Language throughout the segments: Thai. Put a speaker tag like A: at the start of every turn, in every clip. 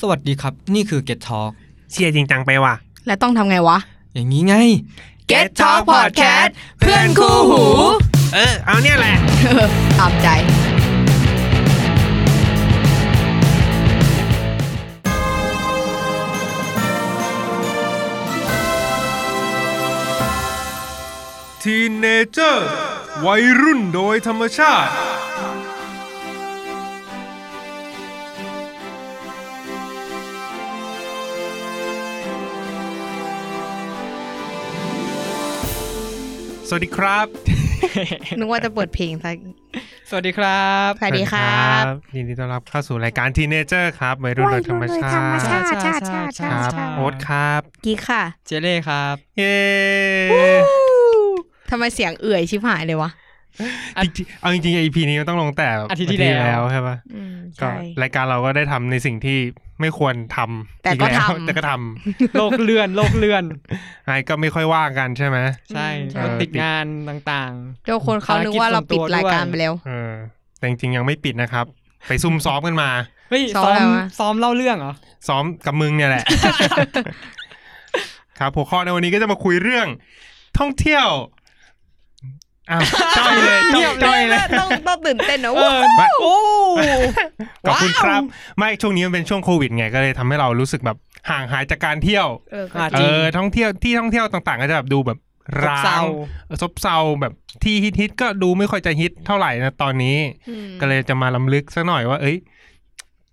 A: สวัสดีครับ นี่คือ Get Talk
B: เชียร์จริงจังไปว่ะ
C: และต้องทำไงวะ
A: อย่างนี้ไง
B: Get Talk Podcast เพื่อนคู่หู เออ เอาเนี่ยแหละ
C: ตามใจ
D: ทีนเนเจอร์วัยรุ่นโดยธรรมชาติ
B: สวัสดีครับ
C: นึกว่าจะเปิดเพลงซะ
A: สวัสดีครับ
C: สวัสดีครับ
B: ยินดีต้อนรับเข้าสู่รายการทีเนเจอร์ครับวัยรุ่นโดยธรรมชาติ
A: ชาติ
B: ค
A: ธรรม
B: รับ
A: ชาติ
B: โอ๊ตครับ
C: กี้ค่ะ
A: เจเล่ครับ
B: เย้
C: ทำไมเสียงเอื่อยชิบหายเลยวะ
A: อัน
B: จริงๆเอาจริงๆ EP นี้มันต้องลงแต่
A: อาทิตย์ที่แล้ว
B: ใช่ปะ
C: อืม
B: ก็
C: ใช่
B: รายการเราก็ได้ทำในสิ่งที่ไม่ควรทำ
C: แต่
B: อี
C: ก็
B: ล้ว
C: ทำ
B: แต่ก็ท
A: โลก เลื่อนโลกเลื่อน
B: ำไอ้ก็ไม่ค่อยว่างกันใช่ไหม
A: ใช่
C: ใช่
A: รถติดงานต่าง
C: เจ้าคนเขานึกว่าเราปิดรายการไปแล้ว
B: เออ แต่จริงๆยังไม่ปิดนะครับ ไปซุ่มซ้อมกันมา
A: ๆ เฮ้ย
C: ซ้อม
A: ซ้อม
C: อะไรวะ
A: ซ้อมเล่าเรื่องเหรอ
B: ซ้อมกับมึงเนี่ยแหละ ครับหัวข้อในวันนี้ก็จะมาคุยเรื่อง ท่องเที่ยวอ้าวจ้อยเลยจ้อยจ้อยเลย
C: ต้องต้องตื่นเต้นนะ
A: เออ
B: ไม่
A: โอ้
B: ขอบคุณ
A: ว้าว
B: ครับ ไม่ช่วงนี้มันเป็นช่วงโควิดไงก็เลยทำให้เรารู้สึกแบบห่างหายจากการเที่ยว
C: เออ
A: อ่ะจ
B: เอ
A: ริง
B: อท่องเที่ยวที่ท่องเที่ยวต่างๆ ก็จะแบบดูแบบ
A: ซบ
B: ร้า
A: เศร้าง
B: ซบเซาแบบที่ฮิตๆก็ดูไม่ค่อยจะฮิตเท่าไหร่นะตอนนี้ ก็เลยจะมาลํำลึกสักหน่อยว่า เอ้ย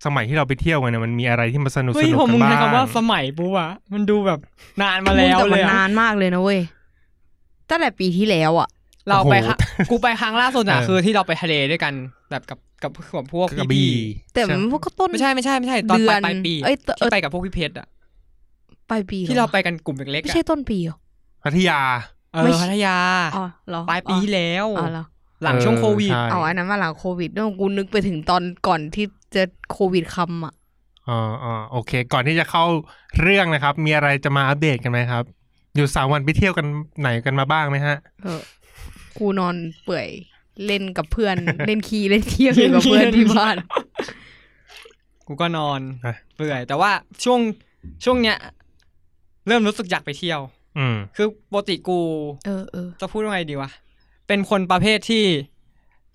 B: สมัยที่เราไปเที่ยวกันเนี่ยมันมีอะไรที่มันสนุกส
A: เฮ้ย
B: นุก
A: ผมมึ
B: กัน
A: ง
B: บ้า
A: ใช้คำว่าง สมัยปุ๊บอะมันดูแบบนานมาแล้วเล
C: แต่มัน
A: ยอะ
C: นานมากเลยนะเว้ยตั้งแต่ปีที่แล้วอ่ะ
A: เราไป
B: โอ้โห
A: ครั้งกูไปครั้งล่าสุดอะ
B: เออ
A: คือที่เราไปทะเลด้วยกันแบบกับกับกับพวก
B: กระ
A: พี่
B: บี่
C: แต่
B: ใช่
C: มันก็ต้น
A: ๆไม่ใช่ไม่ใช่ไม่ใช่ตอน
C: เดื
A: ป
C: อ
A: ลาย
C: น
A: ปลายปี
C: เอ้ยเออ
A: ที่ไปกับพวกพี่เพชรอะ
C: ปลายปีหอ
A: ที่เราไปกันกลุ่มเล็กๆ
C: ไม่
A: อะ
C: ใช่ต้นปีเหรอ
B: พัทยา
A: เอ
C: ไม่
A: อ
C: ใช่
A: พัทยา
C: อ๋อเหรอ
A: ปลายปีที่แล้ว
C: อ๋อเหรอ
A: หลังช่วงโควิด
B: เออใช่
C: เอาอันนั้นมาหลังโควิดด้วยกูนึกไปถึงตอนก่อนที่จะโควิดคำอ่ะ
B: อ๋ออ๋อโอเค ก่อนที่จะเข้าเรื่องนะครับ มีอะไรจะมาอัปเดตกันไหมครับ อยู่สามวันไปเที่ยวกันไหนกันมาบ้างไหมฮะ
C: เออกูนอนเปื่อยเล่นกับเพื่อน เล่นคีย์เล่นเที่ยวอยู่กับเพื่อนที่บ้าน
A: กูก็นอน
B: อ่ะ
A: เปื่อย แต่ว่าช่วงช่วงเนี้ย เริ่มรู้สึกอยากไปเที่ยว
B: อืม
A: คือปกติกู
C: เออเออ
A: จะพูดว่าไงดีวะเป็นคนประเภทที่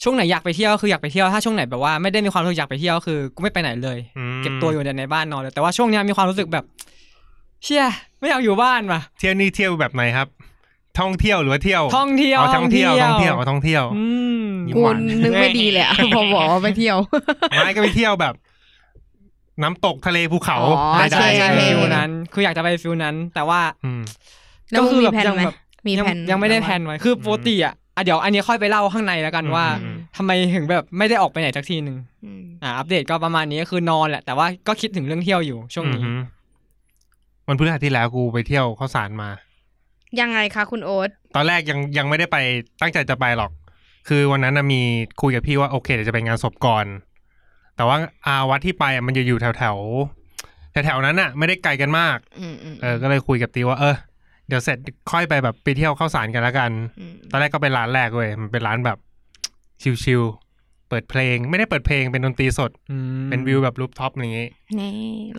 A: ช่วงไหนอยากไปเที่ยวก็คืออยากไปเที่ยวถ้าช่วงไหนแบบว่าไม่ได้มีความรู้สึกอยากไปเที่ยวก็คือกูไม่ไปไหนเลย
B: อืม
A: เก็บตัวอยู่แต่ในบ้านนอนเลยแต่ว่าช่วงเนี้ยมีความรู้สึกแบบ เชี่ยไม่อยากอยู่บ้านว่ะ
B: เที่ยวนี่เที่ยวแบบไหนครับ ท่องเที่ยวหรือว่าเที่ยว
A: ท่องเที่ยว
B: อ๋อท่องเที่ยวท่องเที่ยวอ๋อท่องเที่ยว
A: อืม
B: ยิ้
C: กู
B: หวาน
C: นึกไม่ดีเลยอะ พอบอกว่าไปเที่ยว
B: ไม้ก็ไปเที่ยวแบบ น้ำตกทะเลภูเขา
C: อ๋อ
A: ใช่ใช่
C: โอเค
A: ฟิลนั้น คืออยากจะไปฟิลนั้น แต่ว่า
B: อืม
C: แล้วมึงมีแผน
A: ยั
C: ไหม
A: แบบ
C: มี
A: ยัง
C: แผน
A: ยังไม่ได้แพลนไว้ คืออ
B: ม
A: ปกติอ่ะอ่ะ เดี๋ยวอันนี้ค่อยไปเล่าข้างในแล้วกันว่า
B: อืม
A: ทำไมถึงแบบไม่ได้ออกไปไหนสักทีหนึ่ง
C: อืม
A: อ่ะอัปเดตก็ประมาณนี้ก็คือนอนแหละ แต่ว่าก็คิดถึงเรื่องเที่ยวอยู่ช่วงนี้
B: อือหือวันพฤหัสที่แล้วกูไปเที่ยวเข้าวสารมา
C: ยังไงคะคุณโอ๊ต
B: ตอนแรกยังยังไม่ได้ไปตั้งใจจะไปหรอก คือวันนั้นนะมีคุยกับพี่ว่าโอเคเดี๋ยวจะไปงานศพก่อน แต่ว่าอาวัดที่ไปอ่ะมันจะอยู่แถวแถวแถวแถวๆนั้นอ่ะ ไม่ได้ไกลกันมาก
C: อืมอืม
B: เออ ก็เลยคุยกับตีว่า เออ เดี๋ยวเสร็จค่อยไปแบบไปเที่ยวเข้าวสารกันแล้วกัน
C: ม
B: ตอนแรกก็เป็นร้านแรกเว้ยมันเป็นร้านแบบชิลๆเปิดเพลง ไม่ได้เปิดเพลงเป็นดนตรีสด
A: อืม
B: เป็นวิวแบบรูปท็อปอย่างงี้
C: แนี่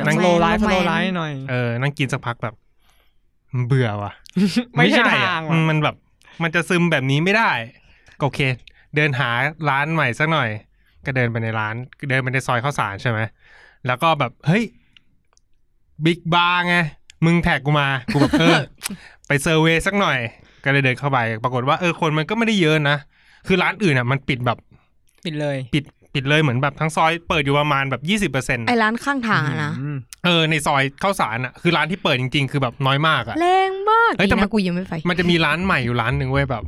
A: หนังโลไลฟ์
C: แม
A: โล
C: น
A: ไลฟ์หน่อย
B: เออ นั่งกินสักพักแบบเบื่อว่ะ
A: ไม่ใช่
B: อะ
A: ทางว่ะ
B: อืมมันแบบ มันจะซึมแบบนี้ไม่ได้ก็โอเค เดินหาร้านใหม่สักหน่อย ก็เดินไปในร้าน เดินไปในซอยข้าวสารใช่ไหม แล้วก็แบบ เฮ้ย บิ๊กบาร์ไง มึงแท็กกูมา กูแบบเออ ไปเซอร์เวย์สักหน่อย ก็เลยเดินเข้าไป ปรากฏว่าเออคนมันก็ไม่ได้เยอะนะ คือร้านอื่นอ่ะ มันปิดแบบ
A: ปิดเลย
B: ปิดปิดเลยเหมือนแบบทั้งซอยเปิดอยู่ประมาณแบบยี่สิบเปอร์เซ็นต์
C: ไอร้านข้างทางอะนะ
A: อืม
B: เออในซอยข้าวสารอ่ะ คือร้านที่เปิดจริง ๆ คือแบบน้อยมากอ่ะ
C: แรงมาก
B: เฮ้ย
C: ดี
B: แต่มัน
C: นะกูยังไม่ไป
B: มันจะมีร้านใหม่อยู่ร้านหนึ่งเว้ยแบบ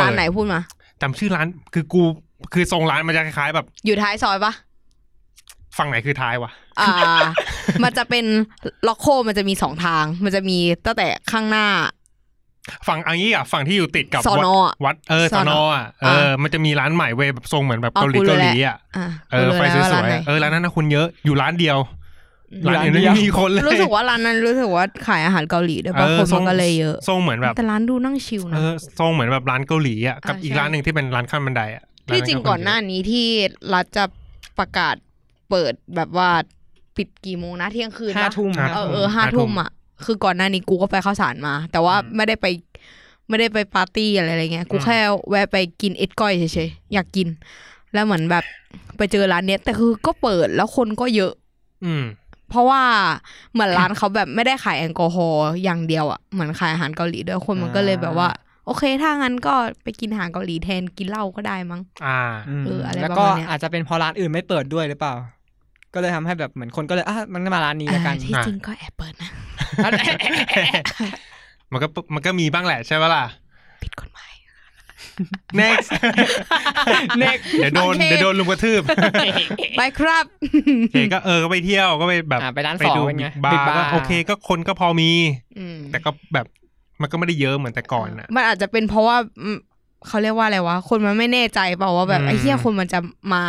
C: ร้านไหนพูดมา
B: จำชื่อร้านคือกูคือทรงร้านมันจะคล้ายๆแบบ
C: อยู่ท้ายซอยปะ
B: ฝั่งไหนคือท้ายวะ
C: อ่า มันจะเป็นล็อกโคมันจะมีสองทาง มันจะมีตั้งแต่ข้างหน้า
B: ฝั่งอันนี้อ่ะฝั่งที่อยู่ติดกับ
C: สอ
B: วั
C: น
B: ด
C: ออ่ะ
B: วัดเออส
C: ส
B: อ
C: อน น
B: อ
C: อ
B: อ่ะเออ มันจะมีร้านใหม่เว้ยแบบทรงเหมือนแบบ
C: อ๋อ
B: เกาหลี
C: กูรู้
B: เกาห
C: แหละ
B: ลีอ่ะ
C: อ่ะ
B: เออไฟ
C: รู้
B: ส
C: แล้ว
B: ว
C: ร้าน
B: ย
C: ไหน
B: ๆเออร้านนั้นนะคนเยอะอยู่ร้านเดียวร้านอื่น
A: เดีว
B: ไม่มีคนเลย
C: รู้สึกว่าร้านนั้นรู้สึกว่าขายอาหารเกาหลีด้วย
B: เอ
C: ปะ
B: อ
C: คน
B: ทร
C: มันก็เลยเยอะ
B: ทรงเหมือนแบบ
C: แต่ร้านดูนั่งชิล
B: เอ
C: นะ
B: อทรงเหมือนแบบร้านเกาหลีอ่ะกับ
C: อ่า
B: อีก
C: ใช่
B: ร้านหนึ่งที่เป็นร้านขั้นบันไดอ่ะ
C: ที่จริงก่อนหน้านี้ที่รัฐจะประกาศเปิดแบบว่า ปิดกี่โมงนะเที่ยงคืน
A: ห้า
C: ปะ
A: ทุ่ม
B: ห้า
A: ครับ
C: เออ
A: ผม
C: เออห้า
B: ห้าทุ่
C: ทุ่
B: ม
C: มอ่ะ คือก่อนหน้านี้กูก็ไปเข้าวสารมา แต่ว่า
B: อืม
C: ไม่ได้ไป ไม่ได้ไปปาร์ตี้อะไรอะไรเงี้ย กูแค่แวะไปกินเอ็ดก้อยเฉยๆ อยากกิน แล้วเหมือนแบบไปเจอร้านเนี้ย แต่คือก็เปิดแล้วคนก็เยอะ
B: อืม
C: เพราะว่าเหมือนร้านเขาแบบไม่ได้ขายแอลกอฮอล์อย่างเดียวอ่ะ เหมือนขายอาหารเกาหลีด้วย คนมันก็เลยแบบว่า โอเค ถ้างั้นก็ไปกินอาหารเกาหลีแทน กินเหล้าก็ได้มั้ง
B: อ่า
A: ม
C: เอออะไร
A: แล้วก็
C: ประมาณเนี้ย
A: อาจจะเป็นเพอร้านอื่นไม่เปิดด้วยหรือเปล่า ก็เลยทำให้แบบเหมือนคนก็เลยอ่ะมันก็มาร้านนี้แล้วกัน
C: เออที่จริงก็แอบเปิดนะ
B: มันก็ปมันก็มีบ้างแหละใช่ปะล่ะ
C: ผิดกฎ หมาย
B: next
A: เน็ก
B: เดี๋ยวโดน
C: โอเค
B: เดี๋ยวโดนลุมกระทืบ
C: ไปครับ
B: โอเคก็เออก็ไปเที่ยวก็ไปแบบ
A: อ่ะไปร้าน
B: ไป
A: สอง
B: ดู
A: เป็นไง
B: บา
A: Big
B: ร์ก็
A: Bar
B: โอเคก็คนก็พอมี
C: อืม
B: แต่ก็แบบมันก็ไม่ได้เยอะเหมือนแต่ก่อนอ่ะ
C: มันอาจจะเป็นเพราะว่าอืมเขาเรียกว่าอะไรวะ คนมันไม่แน่ใจเปล่าว่าแบบ
B: อืม
C: ไอ้เหี้ยคนมันจะมา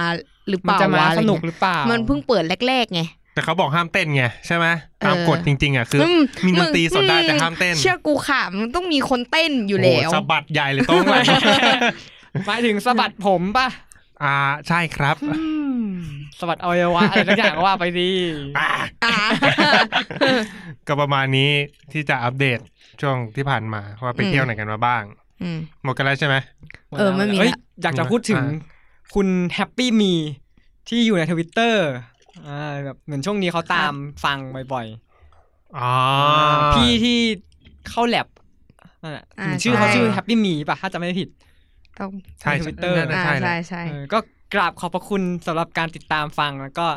C: หรือเป
A: มัน
C: ล่า
A: จะมาว
C: ะอะไร
A: สนุก
C: เงี้ย
A: หรือเปล่า
C: มั
A: มัน
C: เพิ่งเปิดแรกๆไง
B: แต่เขาบอกห้ามเต้นไงใช่ไหมตาม
C: เออ
B: กฎจริง ๆอ่ะคืออ
C: ม
B: มีดนตรีสดได้
C: อื
B: แต่ห้ามเต้น
C: เชื่อกูค่ะมันต้องมีคนเต้นอยู่
B: โอ้โห
C: แล้ว
B: สะบัดใหญ่เลยโต้องหลัง
A: หมายถึงสะบัดผมป่ะ
B: อ่าใช่ครับ
A: สะบัดอวัยวะอะไรสักอย่างก็ว่าไปดี
B: อ่า
C: อ่ะ
B: ก็ประมาณนี้ที่จะอัปเดตช่วงที่ผ่านมาว่าไป
C: อืม
B: เที่ยวไหนกันมาบ้าง
C: อืม
B: หมดกันแล้วใช่ไหม
C: เออไม่มีละ
A: ฮ้ยอยากจะพูดถึง
B: อ่า
A: คุณแฮปปี้มีที่อยู่ในทวิตเตอร์อ่าแบบเหมือนช่วงนี้เขาตามฟังบ่อย
B: อ๋อ
A: ๆ
B: พี่
A: พี่ที่เข้าแลบนั่นแหละ
C: อ่า
A: ชื่อเขา
B: ใช่
A: ชื่อแฮปปี้มีป่ะถ้าจำไม่ผิด
C: ต้อง
B: ใช่
A: ใน Twitter
B: น่าจะ
C: อ่า
B: ใช่แห
C: ใช่
B: ละ
C: ใช่
A: เออก็กราบขอบพระคุณสำหรับการติดตามฟังแล้วก็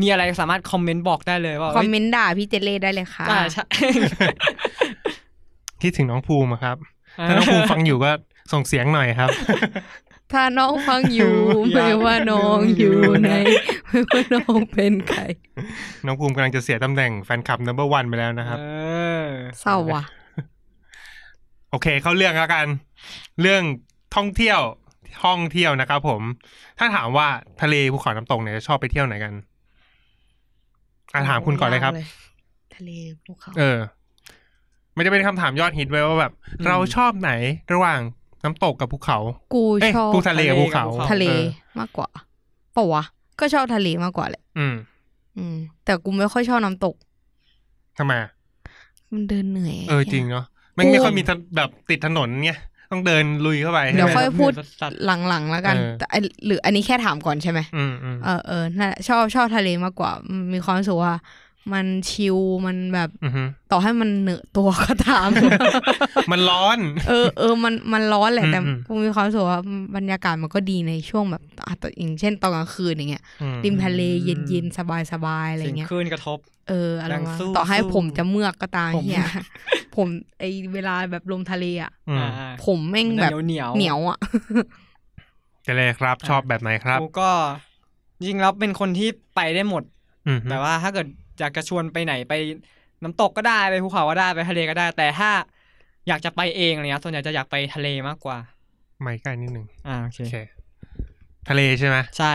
A: มีอะไรสามารถคอมเมนต์บอกได้เลยว่า
C: คอมเมนต์ด่าพี่เจเล่ได้เลยค่ะ
A: เอ้ยอ่าใช่
B: คิดถึงน้องภูมิอะ ครับ ถ้าน้องภูมิฟังอยู่ก็ส่งเสียงหน่อยครับ
C: ถ้าน้องฟังอยู่ ไม่ว่าน้องอยู่ ไหนไม่ว่าน้องเป็นใคร
B: น้องภูมิกำลังจะเสียตำแหน่งแฟนคลับ number one ไปแล้วนะครับ
A: เออ
C: เศร้าว่ะ
B: โอเค เข้าเรื่องแล้วกัน เรื่องท่องเที่ยวท่องเที่ยวนะครับผม ถ้าถามว่าทะเลภูเขาน้ำตกเนี่ยชอบไปเที่ยวไหนกันอาถามคุณก่อนเลยครับ
C: ทะเลภูเขา
B: เออ มันจะเป็นคำถามยอดฮิตไว้ว่าแบบ เราชอบไหนระหว่างน้ำตกกับภูเขา
C: กู
B: เอ้ย
C: ชอบ
B: ภูทะเลกับภูเขา
C: ทะเล
B: ออ
C: มากกว่าปะวะ ก็ชอบทะเลมากกว่าแหละ
B: อืม
C: อืม แต่กูไม่ค่อยชอบน้ำตก
B: ทำไมอะ
C: มันเดินเหนื่อย
B: เออจริงเนาะมันไม่ค่อยมีถนแบบติดถนนเนี่ยต้องเดินลุยเข้าไป
C: เดี๋ยว
B: ใช่ไหม
C: ค่อย พูด
A: สัตว์
C: หลังๆแล้วกัน
B: เออ
C: แต่ไอ้หรืออันนี้แค่ถามก่อนใช่ไหม
B: อืมอืม
C: เออเออนั่นแหละชอบชอบทะเลมากกว่า มีความรู้สึกว่า มันชิล มันแบบ
B: อือฮึ
C: ต่อให้มันเหนอะตัวก็ตาม
B: มันร้อน
C: เออเออมันมันร้อนแหละ แต่
B: อืมอืม
C: กูมีความรู้สึกว่าบรรยากาศมันก็ดีในช่วงแบบอ่ะตอนอย่างเช่นตอนกลางคืนอย่างเงี้ย
B: อืม
C: ริมทะเล
A: อืม
C: เย็นๆสบายๆอะไร
A: สิ่ง
C: เงี้ย
A: คลื่นกระทบ
C: เอออะไร
A: ดัง
C: วะ
A: สู้
C: ต่อให้
A: สู้
C: ผมจะเมือกก็ตาม
A: ผม
C: เฮี ยผมไอเวลาแบบลมทะเลอ่ะ
B: อืม
A: อ่า
C: ผมแม่งแบบ
A: เหนียวๆ
C: เหนียวอ่ะ
B: จะเลยครับ ชอบแบบไหนครับ
A: กูก็จริงๆแล้วเป็นคนที่ไปได้หมด
B: อืมฮึ
A: แต่ว่าถ้าเกิดอยากจะชวนไปไหนไปน้ำตกก็ได้ไปภูเขาก็ได้ไปทะเลก็ได้ แต่ถ้าอยากจะไปเองอะไรเงี้ยส่วนใหญ่จะอยากไปทะเลมากกว่า
B: ไม่ใกล้นิดหนึ่ง
A: อ่าโอเค
B: โอเค ทะเลใช่ไหม
A: ใช่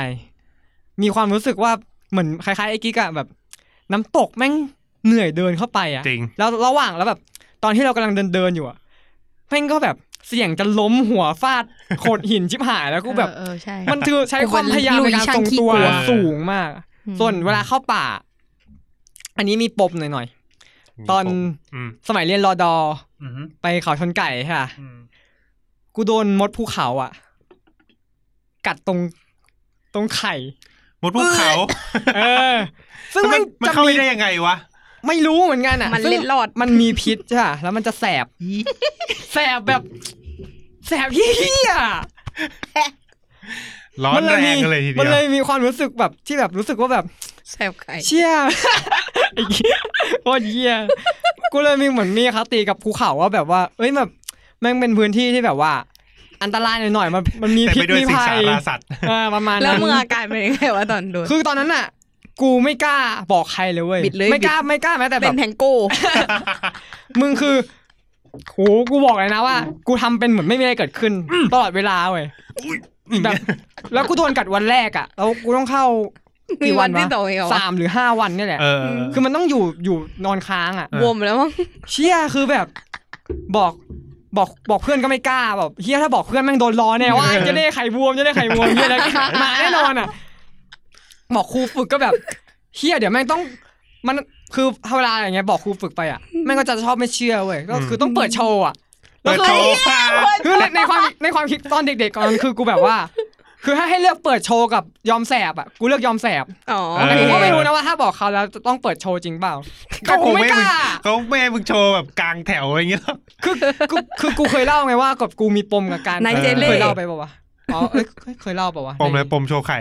A: มีความรู้สึกว่าเหมือนคล้ายๆไอ้กิ๊กอะแบบ น้ำตกแม่งเหนื่อยเดินเข้าไปอะ
B: จริง
A: แล้วระหว่างแล้วแบบ ตอนที่เรากำลังเดินเดินๆอยู่อะแม่งก็แบบเสี่ยงจะล้มหัวฟาดโขดหินชิบหายแล้วกูแบบ
C: เออเออใช่
A: มันคือใช้ความพยายามในการทรงตัว
B: ลุยช่างขี้กลัว
A: สูงมาก
C: อืม
A: ส่วนเวลาเข้าป่า อันนี้มีปมหน่อยๆ ตอน
B: อืม
A: สมัยเรียนรอดอ
B: อืมฮึ
A: ไปเขาชนไก่ค่ะ
B: อืม
A: กูโดนมดภูเขาอ่ะ กัดตรงตรงไข่
B: หมดภูเขา
A: เออ ซึ่ง
B: แล้ว
A: มั
B: มัน นมัน
A: จะ
B: เข้าไป
A: มี
B: ได้ยังไงวะ
A: ไม่รู้เหมือนกันอ่ะ
C: มัน
A: ซึ่ง
C: เล็ดลอด
A: มันมีพิษใช่ปะแล้วมันจะแสบ แสบแบบแสบเฮี้ย
B: ร้อน
A: มั
B: แรง
A: มี
B: กันเลยทีเดี
A: มั
B: ย
A: น
B: ว
A: เลยมีความรู้สึกแบบที่แบบรู้สึกว่าแบบ
C: แสบไข่
A: เชี่ย ไอ้เหี้ยโคตรเยี่ยกูเลยมีเหมือนมีคติกับภูเขาว่าแบบว่า เอ้ยแบบแม่งเป็นพื้นที่ที่แบบว่า อันตรายหน่อยๆมันมันมี
B: แต่
A: พิษ
B: ไปด้วย
A: มี
B: สิง
A: ภั
B: สาย ราสัตว์
A: อ่าประมาณ
C: แล้ว
A: นั้น
C: มึงอาการเป็นยังไงวะตอนโดน
A: คือตอนนั้นอ่ะ กูไม่กล้าบอกใครเลยเว้ย
C: บิดเลย
A: ไม่กล้า
C: บิด
A: ไม่กล้าแม้แต่แบ
C: เป็
A: บ
C: นแทงโก้
A: มึงคือโหกูบอกเลยนะว่า กูทำเป็นเหมือนไม่มีอะไรเกิดขึ้นตลอดเวลาเว้ยแบบ แล้วกูโดนกัดวันแรกอ่ะแล้วกูต้องเข้า
C: มี
A: กี่
C: วั
A: วัน น
C: ที่
A: วะ
C: ต่อไปเหรอ
A: สามหรือห้าวันเนี่ยแหละ
B: เออ
A: คือมันต้องอยู่อยู่นอนค้างอ่ะ
B: เออ
C: วมแล้วมั้ง
A: เชี่ยคือแบบบอกบอกบอกเพื่อนก็ไม่กล้าแบบเฮียถ้าบอกเพื่อนแม่งโดนล้อแน่ว่าจะ ได้ไข่บวมจะได้ไข่บวมเฮียแล้วมาแน่นอนอ่ะ บอกครูฝึกก็แบบ เฮียเดี๋ยวแม่งต้องมันคือเวลาอย่างเงี้ยบอกครูฝึกไปอ่ะแม่งก็จะชอบไม่เชื่อเว้ยก็คือต้องเปิดโชว์อ่ะแล้
B: เปิ
A: วคือ
B: ดโชว์ค่ะ
A: คือในในความในความคิดตอนเด็กๆก่อนคือกูแบบว่า คือถ้าให้เลือกเปิดโชว์กับยอมแสบอ่ะกูเลือกยอมแสบ
C: อ๋อ
B: เออ
A: แต่กูก็ไม่รู้นะว่าถ้าบอกเขาแล้วจะต้องเปิดโชว์จริงเปล่าแต่กูไม่กล้า
B: เขาแม่ให้มึงโชว์แบบกลางแถวอะไรอย่างเงี้ยห รอก
A: คือกูคือกูเคยเล่าไงว่ากับกูมีปมกับการ
C: นายเจเล่
A: เคยเล่าไปป่าวะอ๋อเอ้ยเคยเคยเล่าป่าวะ
B: ปมเลยปมโชว์ไข่